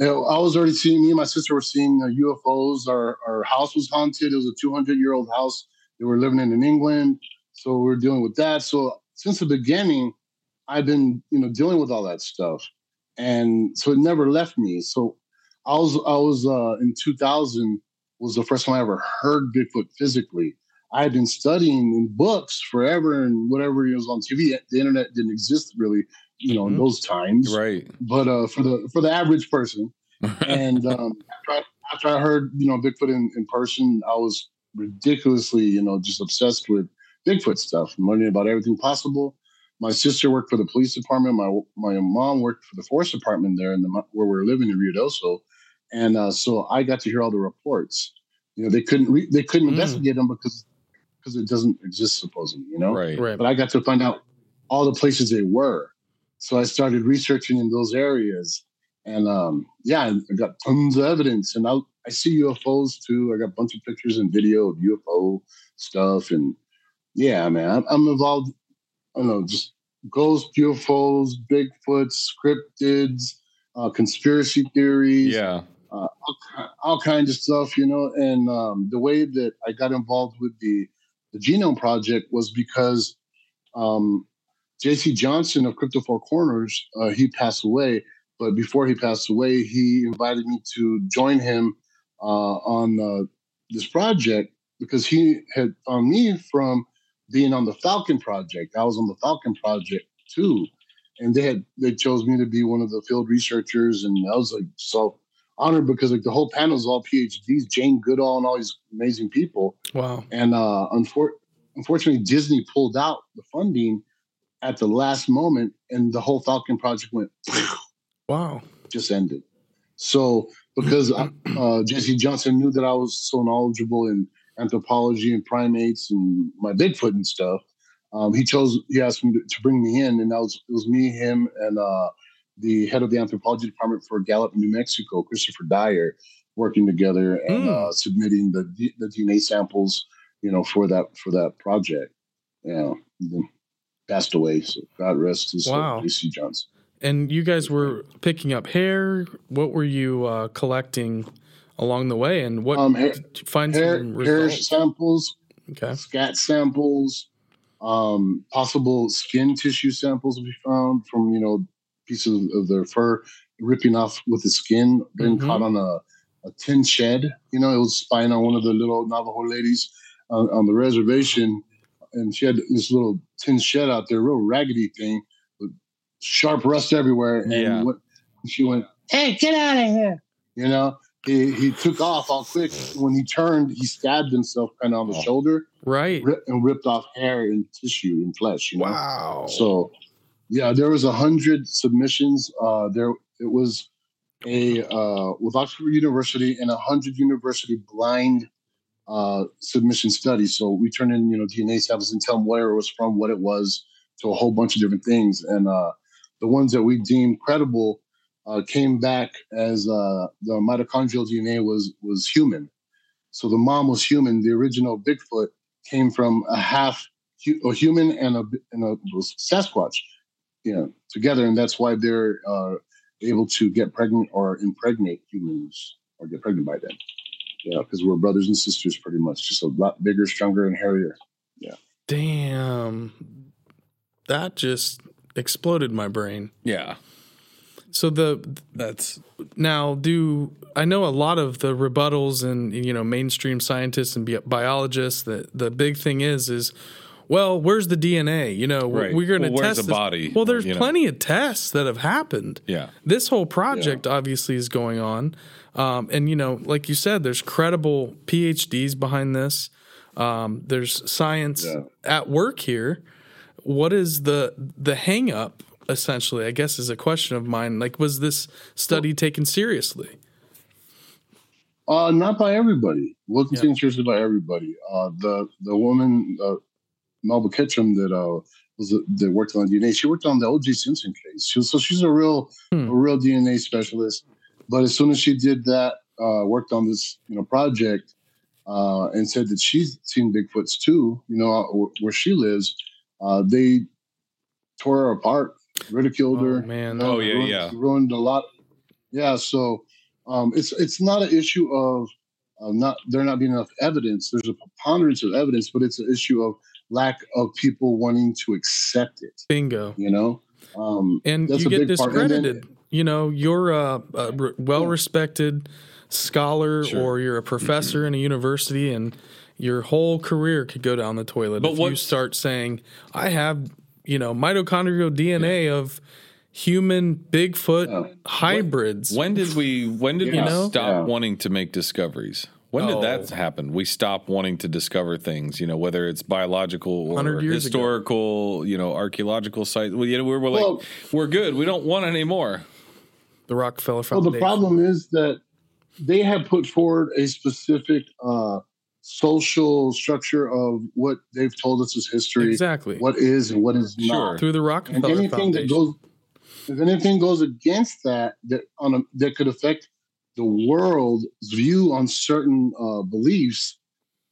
C: you know, I was already seeing. Me and my sister were seeing uh, UFOs. Our our house was haunted. It was a 200 year old house. They were living in in England, so we are dealing with that. So since the beginning, I've been you know dealing with all that stuff, and so it never left me. So I was I was uh, in 2000 was the first time I ever heard Bigfoot physically. I had been studying in books forever and whatever it was on TV. The internet didn't exist really, you know, in
A: Mhm.
C: those times
B: Right.
C: but uh, for the for the average person. And um, after, I, after I heard you know Bigfoot in, in person, I was ridiculously, you know, just obsessed with Bigfoot stuff, learning about everything possible. My sister worked for the police department. My my mom worked for the forest department there, in the where we are living in Rio Doso, and uh, so I got to hear all the reports. You know, they couldn't re- they couldn't mm. investigate them because because it doesn't exist supposedly. You know,
B: right.
A: right.
C: But I got to find out all the places they were. So I started researching in those areas, and um, yeah, I got tons of evidence. And I I see UFOs too. I got a bunch of pictures and video of UFO stuff, and yeah, man, I'm, I'm involved. I don't know, just ghost UFOs, Bigfoot, cryptids, uh, conspiracy theories.
B: Yeah.
C: Uh, all, all kinds of stuff, you know, and um, the way that I got involved with the the Genome Project was because um, J.C. Johnson of Crypto Four Corners, uh, he passed away. But before he passed away, he invited me to join him uh, on uh, this project because he had found me from being on the Falcon Project. I was on the Falcon Project too, and they had they chose me to be one of the field researchers, and I was like so honored because like the whole panel is all PhDs, Jane Goodall, and all these amazing people.
A: Wow!
C: And uh, unfortunately unfortunately, Disney pulled out the funding at the last moment, and the whole Falcon project went.
A: Wow!
C: Just ended. So because uh, Jesse Johnson knew that I was so knowledgeable in anthropology and primates and my Bigfoot and stuff, um, he chose. He asked me to, to, bring me in, and that was it was me, him, and uh, the head of the anthropology department for Gallup, New Mexico, Christopher Dyer, working together and mm. uh, submitting the the DNA samples you know, for that for that project. Yeah, passed away. So God rest his wow. soul, Johnson.
A: And you guys were picking up hair. What were you uh, collecting along the way, and what
C: um, hair,
A: find
C: hair, hair samples,
A: okay,
C: scat samples, um, possible skin tissue samples we found from you know pieces of their fur ripping off with the skin, being mm-hmm. caught on a, a tin shed. You know, it was spying on one of the little Navajo ladies on, the reservation, and she had this little tin shed out there, real raggedy thing with sharp rust everywhere. And
B: yeah.
C: what, she went, "Hey, get out of here!" You know, he he took off all quick. When he turned, he stabbed himself kind of on the shoulder,
A: right,
C: ri- and ripped off hair and tissue and flesh. You know?
A: Wow.
C: So, yeah, there was a hundred submissions. Uh, there it was. A uh, with Oxford University and a hundred university blind uh, submission study. So we turn in, you know, DNA samples and tell them where it was from, what it was, to a whole bunch of different things. And uh, the ones that we deemed credible uh, came back as uh, the mitochondrial DNA was was human. So the mom was human. The original Bigfoot came from a half hu- a human and a and a Sasquatch, you know, together, and that's why they're uh, able to get pregnant or impregnate humans or get pregnant by them. Yeah, because we're brothers and sisters pretty much, just a lot bigger, stronger, and hairier. Yeah.
A: Damn. That just exploded my brain.
B: Yeah.
A: So the
B: that's
A: now do I know a lot of the rebuttals and you know mainstream scientists and bi- biologists that the big thing is is well where's the DNA you know we're,
B: Right.
A: we're going to
B: Well, where's
A: test
B: the
A: this.
B: body?
A: well there's
B: You know.
A: plenty of tests that have happened
B: Yeah.
A: this whole project obviously is going on. Um, and, you know, like you said, there's credible PhDs behind this. Um, there's science
C: Yeah.
A: at work here. What is the the hang up essentially? I guess is a question of mine. Like, was this study taken seriously?
C: Uh, not by everybody. Wasn't taken seriously by everybody. Uh, the the woman, uh, Melba Ketchum, that uh, was that worked on DNA. She worked on the O.J. Simpson case. She was, so she's a real
A: Hmm.
C: a real DNA specialist. But as soon as she did that, uh, worked on this you know project, uh, and said that she's seen Bigfoots too. You know where, where she lives, uh, they tore her apart, ridiculed
A: Oh
C: her.
A: man,
B: Oh, yeah,
C: ruined,
B: yeah.
C: ruined a lot. Yeah, so um, it's it's not an issue of uh, not there not being enough evidence. There's a preponderance of evidence, but it's an issue of lack of people wanting to accept it.
A: bingo.
C: You know, um,
A: and
C: That's
A: you
C: a
A: get
C: big part. And then-
A: discredited. you know, you're a, a re- well-respected scholar,
B: Sure.
A: or you're a professor in a university, and your whole career could go down the toilet
B: But
A: if you
B: what-
A: start saying, "I have, you know, mitochondrial DNA of human Bigfoot
C: Yeah.
A: hybrids."
B: When did we when did
C: You
B: we
A: know?
B: stop
C: Yeah.
B: wanting to make discoveries? When
A: Oh.
B: did that happen? We stop wanting to discover things, you know, whether it's biological or
A: 100 years ago.
B: historical, you know, archaeological sites. Well, you know, we're, we're like,
C: Well-
B: we're good. We don't want any more.
A: The Rockefeller
C: Well,
A: Foundation.
C: the problem is that they have put forward a specific uh, social structure of what they've told us is history,
A: exactly
C: what is and what is not.
B: Sure.
A: through the
C: and
A: Rockefeller
C: anything
A: Foundation.
C: that goes if anything goes against that that on a, that could affect the world's view on certain uh, beliefs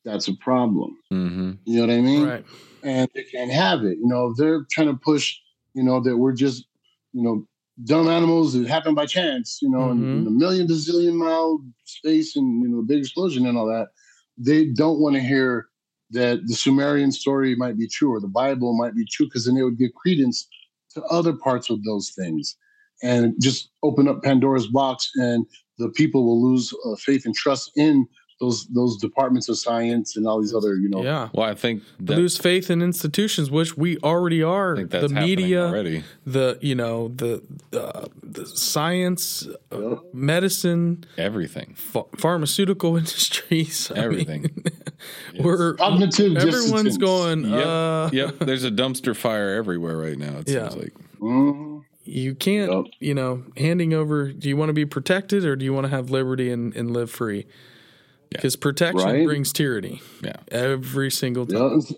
C: that's a problem
B: Mm-hmm.
C: you know what i mean
A: right.
C: and they can't have it you know if they're trying to push you know that we're just you know dumb animals that happen by chance you know and, and a million bazillion mile space and you know big explosion and all that they don't want to hear that the Sumerian story might be true or the Bible might be true because then they would give credence to other parts of those things and just open up Pandora's box and the people will lose uh, faith and trust in those those departments of science and all these other you know
A: Yeah.
B: Well, I think that,
A: Lose faith in institutions, which we already are.
B: I think that's
A: the
B: happening
A: media,
B: already.
A: the you know the uh, the science, uh,
C: Yep.
A: medicine,
B: Everything.
A: ph- pharmaceutical [laughs] industries, I mean,
B: Everything.
A: [laughs] we're
C: cognitive
A: everyone's
C: dissonance.
A: going.
B: Yep.
A: Uh, [laughs]
B: yep. There's a dumpster fire everywhere right now. It
A: Yeah.
B: seems like.
C: Mhm.
A: You can't.
C: Yep.
A: You know, handing over. Do you want to be protected or do you want to have liberty and, and live free?
B: Yeah.
A: Because protection
C: Right.
A: brings tyranny
B: Yeah.
A: every single
C: Yeah,
A: time.
C: it's-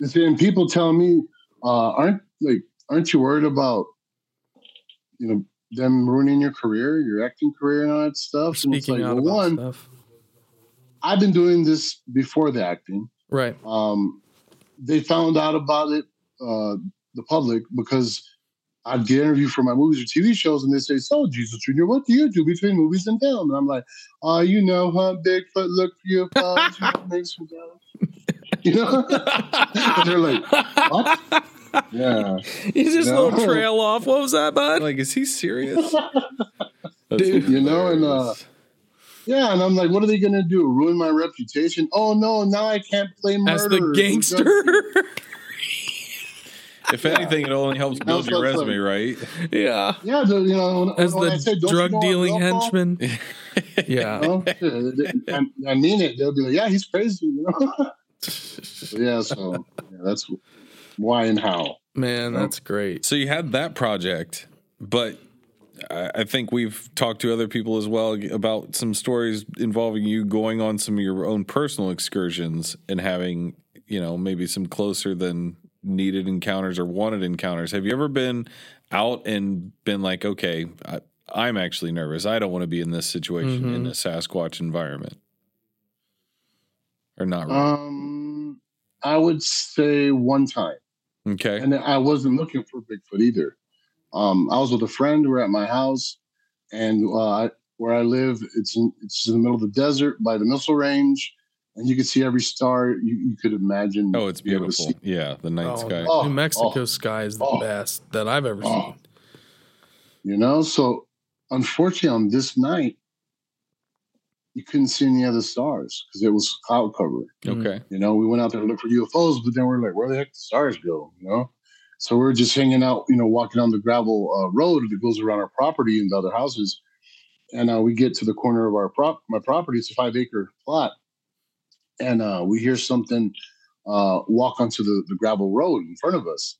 C: it's- and people tell me, uh, aren't like, aren't you worried about, you know, them ruining your career, your acting career, and all that
A: We're
C: stuff? And it's
A: Speaking
C: like,
A: out
C: well,
A: about
C: one,
A: stuff.
C: I've been doing this before the acting.
A: Right.
C: Um, they found out about it, uh, the public, because I'd get interviewed for my movies or TV shows, and they say, "So, Jesus Junior, what do you do between movies and film?" And I'm like, "Uh, you know, huh? Bigfoot look for
A: [laughs]
C: your pals, you know, make some dollars." [laughs] You know, and they're like, "What?" Yeah.
A: He's just a little
C: No.
A: trail off. What was that, bud?
B: Like, is
A: [laughs]
B: he serious? That's
A: Dude.
C: You know, and, uh,
B: hilarious.
C: Yeah, and I'm like, what are they gonna do? Ruin my reputation? Oh no, now I can't play murder.
A: As the [laughs] gangster.
B: if anything, it only
C: [laughs]
B: helps build your
C: That's what's
B: resume, right?
A: yeah.
C: Yeah, the, you know, when,
A: As
C: when I
A: the
C: say, "Don't you
A: drug
C: know I'm
A: dealing
C: local?"
A: henchman. yeah.
C: Oh, shit. I, I mean it. They'll be like, yeah, he's crazy. You know? yeah, so yeah, that's why and how.
A: Man, that's
C: Oh.
A: great.
B: So you had that project, but I I think we've talked to other people as well about some stories involving you going on some of your own personal excursions and having, you know, maybe some closer than needed encounters or wanted encounters. Have you ever been out and been like, okay, I, I'm actually nervous. I don't want to be in this situation in a Sasquatch environment? Or not really?
C: Um, I would say one time,
B: okay.
C: and I wasn't looking for Bigfoot either. Um, I was with a friend. We're at my house, and uh, I- where I live, it's in, it's in the middle of the desert by the missile range, and you could see every star you, you could imagine.
B: Oh, it's
C: be able to
B: beautiful.
C: see.
B: Yeah, the night sky.
C: Oh,
A: New Mexico
C: oh,
A: sky is the
C: oh,
A: best that I've ever
C: oh.
A: seen.
C: You know, so unfortunately, on this night, you couldn't see any other stars because it was cloud cover.
A: Mm,
B: Okay.
C: You know, we went out there to look for UFOs, but then we're like, where the heck the stars go? You know, so we we're just hanging out, you know, walking on the gravel uh, road that goes around our property and the other houses, and uh, we get to the corner of our prop my property. It's a five acre plot, and uh, we hear something uh, walk onto the, the gravel road in front of us.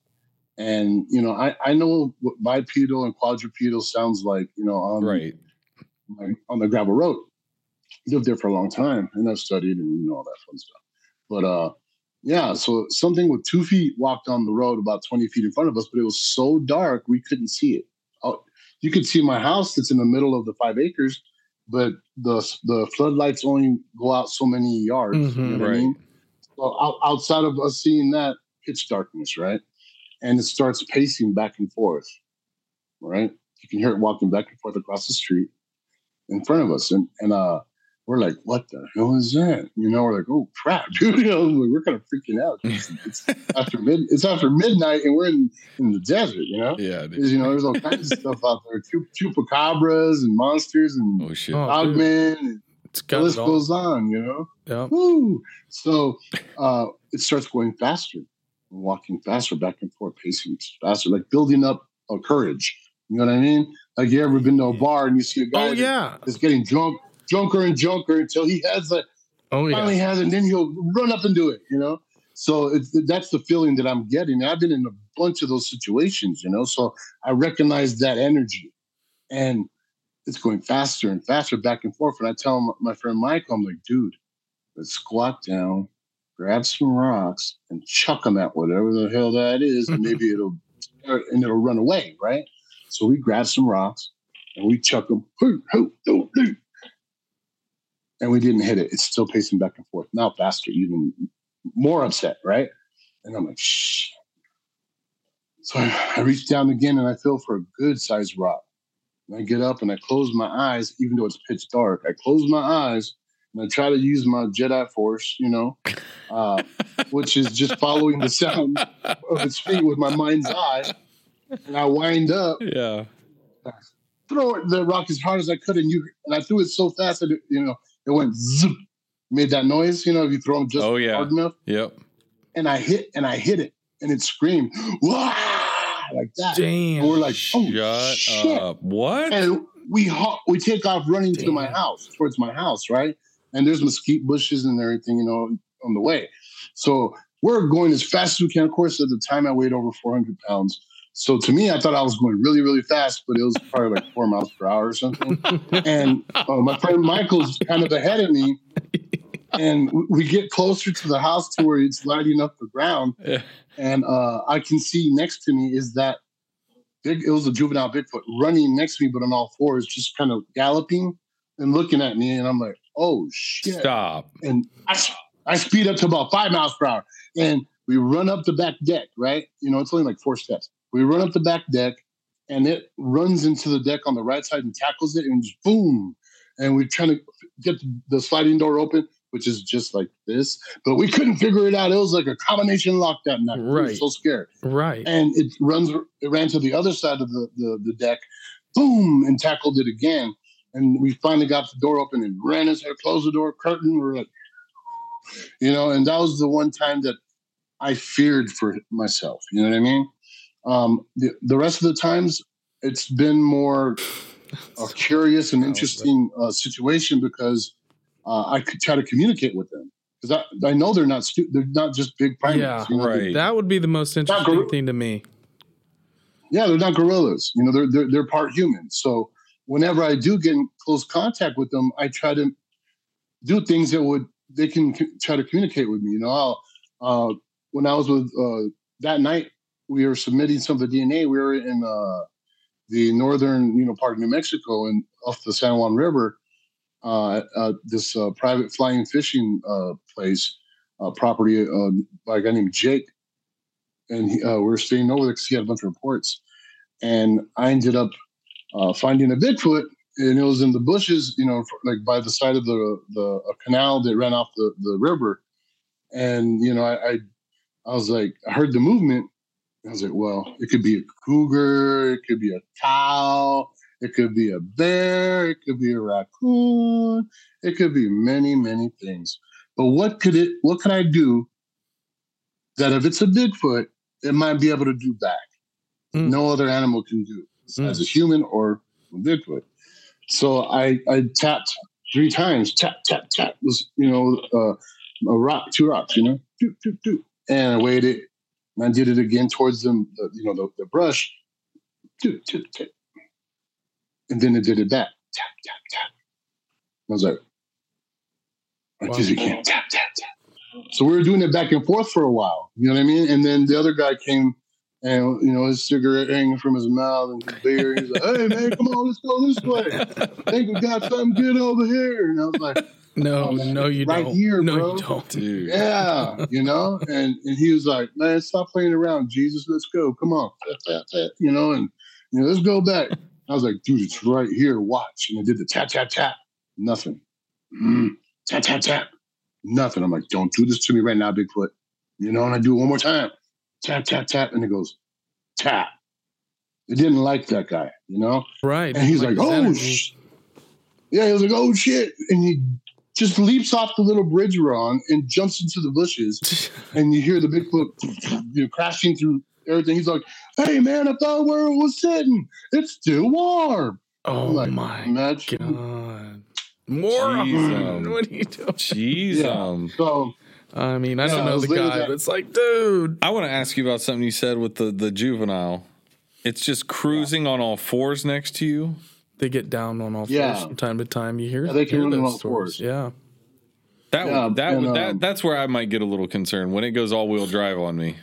C: And you know, I, I know what bipedal and quadrupedal sounds like, you know, on
B: Right.
C: like, on the gravel road. Lived there for a long time, and I've studied and you know all that fun stuff. But uh, yeah, so something with two feet walked on the road about twenty feet in front of us, but it was so dark we couldn't see it. Oh, you could see my house that's in the middle of the five acres, but the the floodlights only go out so many yards. you know
A: Mhm.
C: what I
B: Right.
C: mean? So out, outside of us seeing that, pitch darkness, right? And it starts pacing back and forth, right? You can hear it walking back and forth across the street in front of us, and and uh, we're like, "What the hell is that?" You know, we're like, "Oh crap, [laughs] dude!" You know, like, we're kind of freaking out. It's, it's
A: [laughs]
C: after mid, it's after midnight, and we're in, in the desert. You know,
B: Yeah. dude.
C: 'Cause, you know, there's all kinds of stuff out there: Chup- chupacabras and monsters and
B: Oh shit.
A: Oh. dude.
C: dogmen. And
A: It's
C: the
A: got
C: list
A: it all. Oh,
C: goes on. You know.
A: Yeah.
C: Woo! So uh, it starts going faster, walking faster, back and forth, pacing faster, like building up a courage. You know what I mean? Like you ever been to a bar and you see a guy
A: Mm-hmm. Oh
C: that-
A: yeah.
C: that's getting drunk, drunker and drunker until he has a
A: Oh yeah.
C: finally has it, and then he'll run up and do it, you know? So it's, that's the feeling that I'm getting. I've been in a bunch of those situations, you know? So I recognize that energy and it's going faster and faster back and forth. And I tell my- my friend Michael, I'm like, dude, let's squat down, grab some rocks and chuck them at whatever the hell that is.
A: [laughs]
C: And maybe it'll, and it'll run away, right? So we grab some rocks and we chuck them. Hoo, hoo, hoo, hoo and we didn't hit it. It's still pacing back and forth. Now faster, even more upset, right? And I'm like, shh. So I, I reach down again and I feel for a good sized rock. And I get up and I close my eyes, even though it's pitch dark. I close my eyes and I try to use my Jedi Force, you know, uh, which is just following the sound of its feet with my mind's eye. And I wind up
B: Yeah.
C: throw it, the rock as hard as I could, and you and I threw it so fast that it, you know it went zoop, made that noise. You know, if you throw them just
B: Oh, yeah.
C: hard enough,
B: Yep.
C: and I hit and I hit it, and it screamed Wah! like that.
A: Damn.
C: And we're like, oh
B: Shut
C: shit!
B: up. What?
C: And we ho- we take off running to my
A: Damn.
C: house, towards my house, right? And there's mesquite bushes and everything, you know, on the way. So we're going as fast as we can. Of course, at the time I weighed over 400 pounds. So to me, I thought I was going really, really fast, but it was probably like four miles per hour or something [laughs] and uh, my friend Michael's kind of ahead of me. And w- we get closer to the house to where it's lighting up the ground,
B: Yeah.
C: and uh, I can see next to me is that big. It was a juvenile Bigfoot running next to me, but on all fours, just kind of galloping and looking at me. And I'm like, "Oh shit!" [laughs]
B: Stop.
C: and I, s- I speed up to about five miles per hour. And we run up the back deck, right? You know, it's only like four steps. We run up the back deck, and it runs into the deck on the right side and tackles it, and just boom. And we're trying to get the sliding door open, which is just like this, but we couldn't figure it out. It was like a combination lock that night. We were
A: Right.
C: so scared
A: right.
C: and it runs it ran to the other side of the, the the deck boom and tackled it again and we finally got the door open and ran his head closed the door curtain we're like you know and that was the one time that i feared for myself you know what i mean um the, the rest of the times it's been more a curious and
A: Wow,
C: interesting uh, situation because uh, i could try to communicate with them because I, I know they're not stu- they're not just big primates
A: Yeah,
C: you know, they-
B: Right.
A: That would be the most interesting
C: gorilla-
A: thing to me.
C: Oh, yeah, they're not gorillas. You know, they're they're, they're part human. So whenever I do get in close contact with them, I try to do things that would they can c- try to communicate with me. You know, I'll, uh, when I was with uh, that night, we were submitting some of the DNA. We were in uh, the northern, you know, part of New Mexico and off the San Juan River, uh, uh, this uh, private flying fishing uh, place uh, property uh, by a guy named Jake, and he, uh, we were staying over there because he had a bunch of reports and I ended up uh, finding a Bigfoot, and it was in the bushes, you know, like by the side of the the a canal that ran off the the river, and you know, I I, I was like, I heard the movement. I was like, well, it could be a cougar, it could be a cow, it could be a bear, it could be a raccoon, it could be many, many things. But what could it? What can I do? That if it's a Bigfoot, it might be able to do back.
A: Mm.
C: No other animal can do as a human or a Bigfoot. So I I tapped three times. Tap tap tap was you know uh, a rock, two rocks, you know, doot, doot, doot. and I waited. And I did it again towards them, the, you know, the, the brush. Doot, doot, doot. And then it did it back. Tap, tap, tap. I was like, I
A: Wow.
C: did it again. Tap, tap, tap. So we were doing it back and forth for a while. You know what I mean? And then the other guy came and, you know, his cigarette hanging from his mouth and his beer. He's like, hey, man, come on, let's go this way. think we got something good over here. And I was like,
A: No,
C: Oh, man.
A: no, you
C: Right
A: don't.
C: here,
A: no,
C: bro.
A: you don't.
B: Dude.
C: yeah, you know, and, and he was like, man, stop playing around, Jesus, let's go, come on, [laughs] you know, and you know, let's go back. I was like, dude, it's right here, watch. And I did the tap, tap, tap, nothing, Mm, tap, tap, tap, nothing. I'm like, don't do this to me right now, Bigfoot, you know, and I do it one more time, tap, tap, tap, and it goes, tap. It didn't like that guy, you know.
A: Right.
C: And he's like,
A: his
C: oh,
A: energy.
C: sh-. yeah. He was like, oh shit, and he just leaps off the little bridge we're on and jumps into the bushes, and you hear the Bigfoot you know, crashing through everything. He's like, hey man, I thought where it was sitting, it's still warm.
A: oh
C: I'm like,
A: my
C: Imagine
A: god. More of
B: Jeez,
A: them. [laughs]
B: um,
A: What are you doing?
B: Jeez. Um,
C: So
A: I mean, I don't
C: Yeah, I
A: know
C: was
A: the
C: looking at
A: guy,
C: that-
A: but it's like, dude.
B: I want to ask you about something you said with the the juvenile. It's just cruising on all fours next to you.
A: They get down on all fours
C: Yeah.
A: from time to time. You hear,
C: Yeah, they can
A: hear
C: run on
A: those
C: all
A: stories.
C: fours.
A: Yeah.
B: That
C: Yeah,
B: would that
C: and,
B: would
C: um,
B: that that's where I might get a little concerned when it goes all wheel drive on me.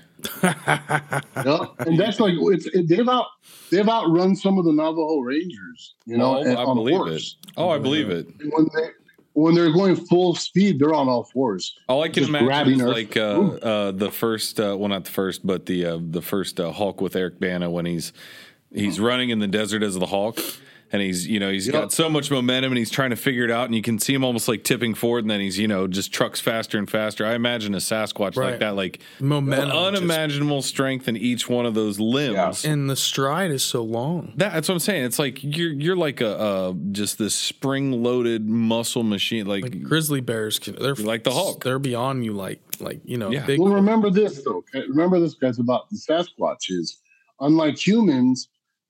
C: yeah, and that's like it's, it, they've out they've outrun some of the Navajo Rangers, you know,
B: oh,
C: and-
B: I
C: on
B: believe
C: horse.
B: it. Oh, I believe it.
C: And When they when they're going full speed, they're on all fours.
B: All I can
C: Just
B: imagine
C: grabbing
B: is
C: her.
B: like uh,
C: Ooh.
B: uh, the first, uh, well, not the first, but the uh, the first uh, Hulk with Eric Bana when he's he's running in the desert as the Hulk, and he's you know he's
C: Yep.
B: got so much momentum and he's trying to figure it out, and you can see him almost like tipping forward, and then he's you know just trucks faster and faster. I imagine a Sasquatch like
A: Right.
B: that, like
A: Momentum. just-
B: unimaginable strength in each one of those limbs.
A: and the stride is so long.
B: That, that's what I'm saying. It's like you're you're like a uh, just this spring loaded muscle machine, like
A: Like grizzly bears can they're
B: Like the Hulk.
A: They're beyond you like like you know,
B: Yeah.
A: big
C: Well, remember this though. okay? Remember this, guys, about the Sasquatches. Unlike humans,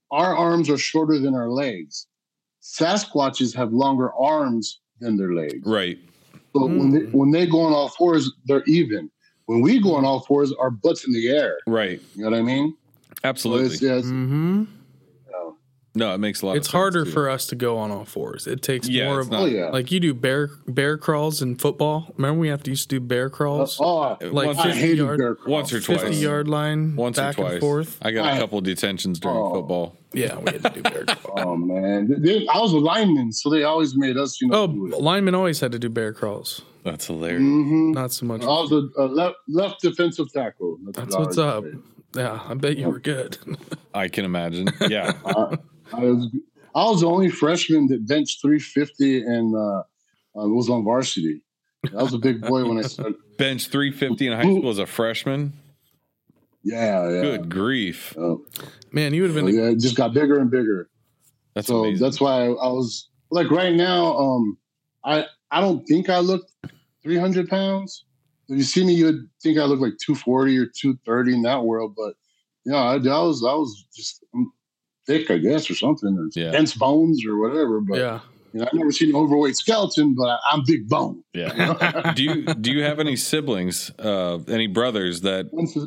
C: our arms are shorter than our legs. Sasquatches have longer arms than their legs.
B: right.
C: So when they,
A: Mm.
C: when they go on all fours, they're even. When we go on all fours, our butts in the air.
B: Right.
C: You know what I mean? So
B: Absolutely.
C: it's, yeah, it's,
A: hmm
B: no, it makes a lot of
A: It's
B: sense,
A: harder
B: too.
A: for us to go on all fours. It takes
B: Yeah,
A: more
B: it's
A: of
B: not-
C: oh yeah.
A: Mm. like you do bear bear crawls in football. Remember we have to used to do bear crawls?
C: oh,
A: like
B: once,
C: I
A: 50
C: hated
A: yard-
C: bear crawls.
B: once or
A: 50
B: twice.
A: yard line
B: once
A: back
B: or twice.
A: and forth.
B: I got a
C: Alright.
B: couple detentions during
C: Oh.
B: football.
A: Yeah, we had to do
C: [laughs]
A: bear crawls.
C: Oh man, They- I was a lineman, so they always made us, you know.
A: Oh, linemen always had to do bear crawls.
B: That's hilarious.
C: hmm
A: Not so much.
C: I was a, a left, left defensive tackle.
A: That's
C: what I
A: what's
C: always
A: up.
C: did.
A: Yeah, I bet you were good. [laughs]
B: I can [laughs] imagine. Yeah.
C: I was, I was the only freshman that benched 350 and uh, uh, was on varsity. I was a big boy
B: [laughs]
C: when I started.
B: Bench 350 in high
C: Who-
B: school as a freshman.
C: Yeah, yeah.
B: Good grief.
C: Oh,
A: Man, you would have
C: oh,
A: been.
C: yeah, it just got bigger and bigger.
B: That's
C: so
B: amazing.
C: that's why I, I was like right now. Um, I I don't think I look 300 pounds. If you see me, you'd think I look like 240 or 230 in that world. But you know, I, I was I was just um, thick, I guess, or something, or
B: Yeah.
C: dense bones or whatever.
A: [laughs]
C: But
A: Yeah.
C: you know, I've never seen an overweight skeleton, but I, I'm big bone.
B: Yeah.
C: [laughs]
B: do you do you have any siblings, uh, any brothers that
C: One sis-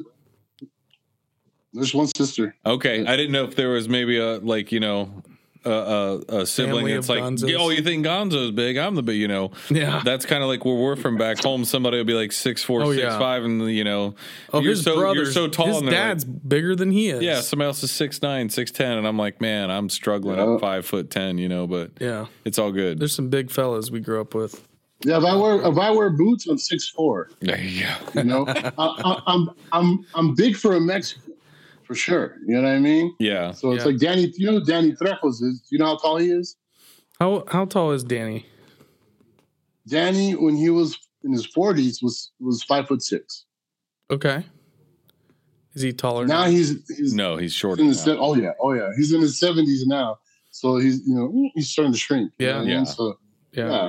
C: There's one sister.
B: Okay, I didn't know if there was maybe a like you know a, a, a sibling
A: Family
B: that's
A: of
B: like,
A: Gonzos.
B: oh, you think Gonzo's big? I'm the big, you know.
A: Yeah.
B: That's kind of like where we're from back home. Somebody will be like six four, six
A: Oh,
B: five,
A: yeah.
B: and you know,
A: Oh,
B: you're
A: his
B: so
A: brother's
B: you're so tall.
A: His
B: and they're like,
A: dad's bigger than he is.
B: yeah, somebody else is six nine, six ten, and I'm like, man, I'm struggling
C: Yeah.
B: at five foot ten, you know. But
A: Yeah.
B: it's all good.
A: There's some big fellas we grew up with.
C: Yeah, if I wear if I wear boots, I'm six four.
B: There you go. [laughs]
C: You know, I, I, I'm I'm I'm big for a Mexican, for sure. You know what I mean?
B: Yeah,
C: So it's
A: Yeah.
C: like Danny, you know who Danny Trejos is. You know how tall he is?
A: How how tall is Danny?
C: Danny, when he was in his forties, was was five foot six.
A: Okay. Is he taller
C: Now
A: now?
C: he's he's
B: Oh, no, he's shorter.
C: in his
B: now.
C: se- oh yeah oh yeah he's in his seventies now. So he's you know he's starting to shrink. you
A: Yeah.
C: know what I mean?
B: Yeah.
C: So
A: Yeah.
C: yeah.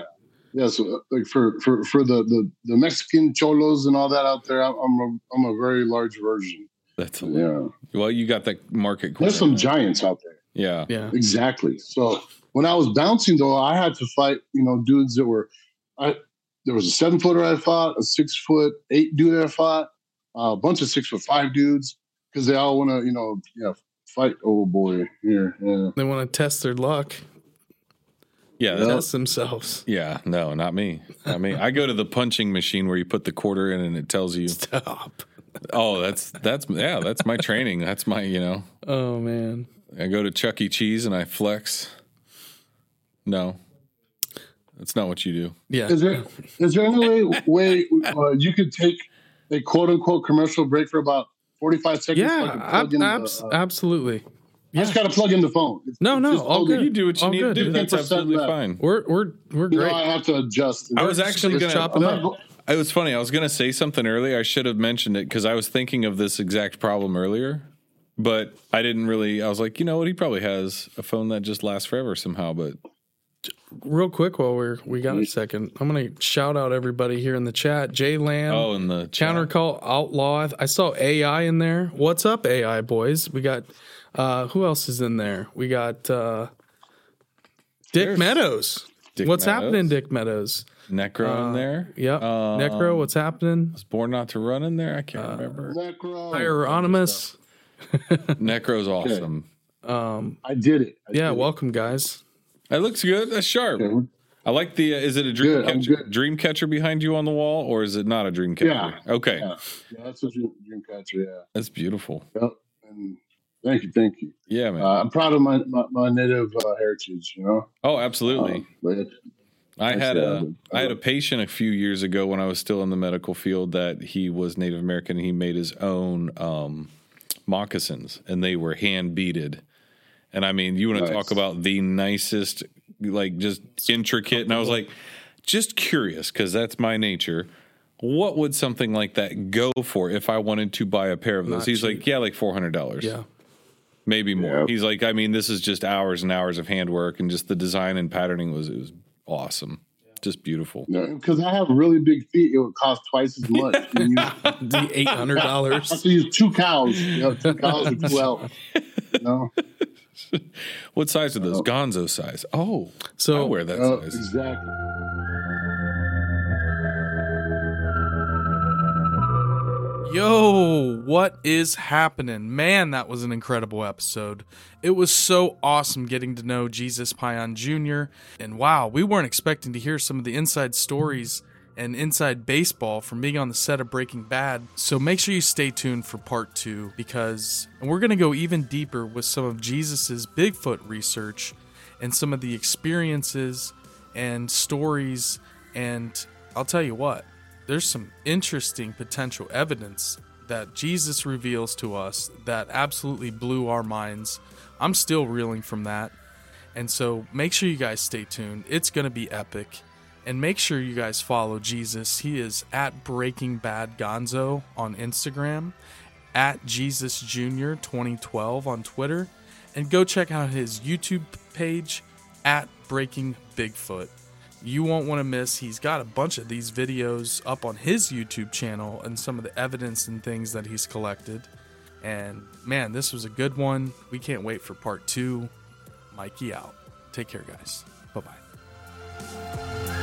C: Yeah, so uh, like for for for the, the the Mexican cholos and all that out there, I'm I'm a, I'm a very large version.
B: That's hilarious.
C: Yeah,
B: well, you got that market. corner
C: there's some
B: there.
C: giants out there.
B: yeah,
A: Yeah.
C: Exactly. So when I was bouncing though, I had to fight, you know, dudes that were I there was a seven footer I fought, a six foot eight dude I fought, a bunch of six foot five dudes, because they all wanna, you know, yeah, fight oh boy here. Yeah.
A: They want to test their luck,
B: yeah.
C: Yeah.
A: test themselves. [laughs]
B: Yeah, no, not me. I mean, I go to the punching machine where you put the quarter in and it tells you,
A: Stop.
B: "Oh, that's that's yeah, that's my training. That's my, you know."
A: Oh man.
B: I go to Chuck E. Cheese and I flex. No. That's not what you do.
A: Yeah.
C: Is there is there any way way uh, you could take a quote unquote commercial break for about forty five seconds? so I
A: yeah.
C: could
A: Ab-
C: plug in the,
A: abs-
C: uh,
A: absolutely.
C: I just gotta plug in the phone. It's-
A: No,
C: it's
A: no,
C: just
A: all
C: holding-
A: good.
B: You do what you
A: All
B: need
A: good.
B: to do. That's
C: 50%
B: absolutely
C: left.
B: fine.
A: We're we're we're
C: You know,
A: great.
C: I have to adjust.
B: I was actually
A: Just
B: going
A: chop
B: to
A: 'em
C: I'm
A: up.
C: not go-
B: It was funny. I was going to say something earlier. I should have mentioned it because I was thinking of this exact problem earlier, but I didn't really. I was like, you know what? He probably has a phone that just lasts forever somehow. But
A: Real quick while we're we
B: Mm-hmm.
A: got a second, I'm gonna shout out everybody here in the chat. Jay Lamb.
B: oh, and the chat.
A: Counter Call Outlaw. I saw AI in there. What's up, AI boys? We got uh who else is in there? We got uh Dick
B: There's-
A: Meadows.
B: Dick
D: what's
B: Meadows,
D: happening, Dick Meadows?
B: Necro in
D: Uh,
B: there.
D: Yep.
B: Um,
D: Necro, Uh, what's happening?
B: was born not to run in there. I
D: [laughs]
B: can't remember.
C: Necro.
D: Hieronymus.
B: Necro's awesome.
D: Um,
C: I did it. I
D: yeah,
C: did
D: welcome, guys.
B: That looks good. That's sharp.
C: it. Okay.
B: I like the. Uh, is it a dream
C: Good, I'm
B: catcher,
C: good.
B: dream catcher behind you on the wall, or is it not a dream catcher?
C: Yeah.
B: Okay,
C: Yeah. yeah, that's what you Dreamcatcher. Yeah.
B: that's beautiful.
C: Yep. And thank you, thank you.
B: Yeah, man.
C: Uh, I'm proud of my my, my native uh, heritage. You know,
B: oh, absolutely.
C: Um, but it-
B: I had
C: actually,
B: a
C: I-
B: I had a patient a few years ago when I was still in the medical field that he was Native American and he made his own um, moccasins and they were hand beaded. And I mean, you want
C: Nice.
B: to talk about the nicest, like just intricate. And I was like, just curious because that's my nature. What would something like that go for if I wanted to buy a pair of those?
D: Not
B: He's like, yeah, like four hundred dollars [laughs]
D: Yeah.
B: maybe more.
C: Yep.
B: He's like, I mean, this is just hours and hours of handwork, and just the design and patterning was it was awesome, just beautiful.
C: because I have really big feet, it would cost twice as much.
A: [laughs]
C: You use- I
D: The eight hundred
C: have
D: dollars.
C: to use two cows. You know, two cows or two elves. No,
B: What size are those?
C: Oh.
B: Gonzo size. Oh, I
D: So
B: wear that
C: Uh,
B: size.
C: exactly.
A: Yo, what is happening? Man, that was an incredible episode. It was so awesome getting to know Jesus Pion Jr. And wow, we weren't expecting to hear some of the inside stories and inside baseball from being on the set of Breaking Bad. So make sure you stay tuned for part two because and we're going to go even deeper with some of Jesus's Bigfoot research and some of the experiences and stories. And I'll tell you what, there's some interesting potential evidence that Jesus reveals to us that absolutely blew our minds. I'm still reeling from that. And so make sure you guys stay tuned. It's going to be epic. And make sure you guys follow Jesus. He is at Breaking Bad Gonzo on Instagram, at Jesus Jr. 2012 on Twitter, and go check out his YouTube page at Breaking Bigfoot. You won't want to miss. He's got a bunch of these videos up on his YouTube channel and some of the evidence and things that he's collected. And man, this was a good one. We can't wait for part two. Mikey out. Take care, guys. Bye bye.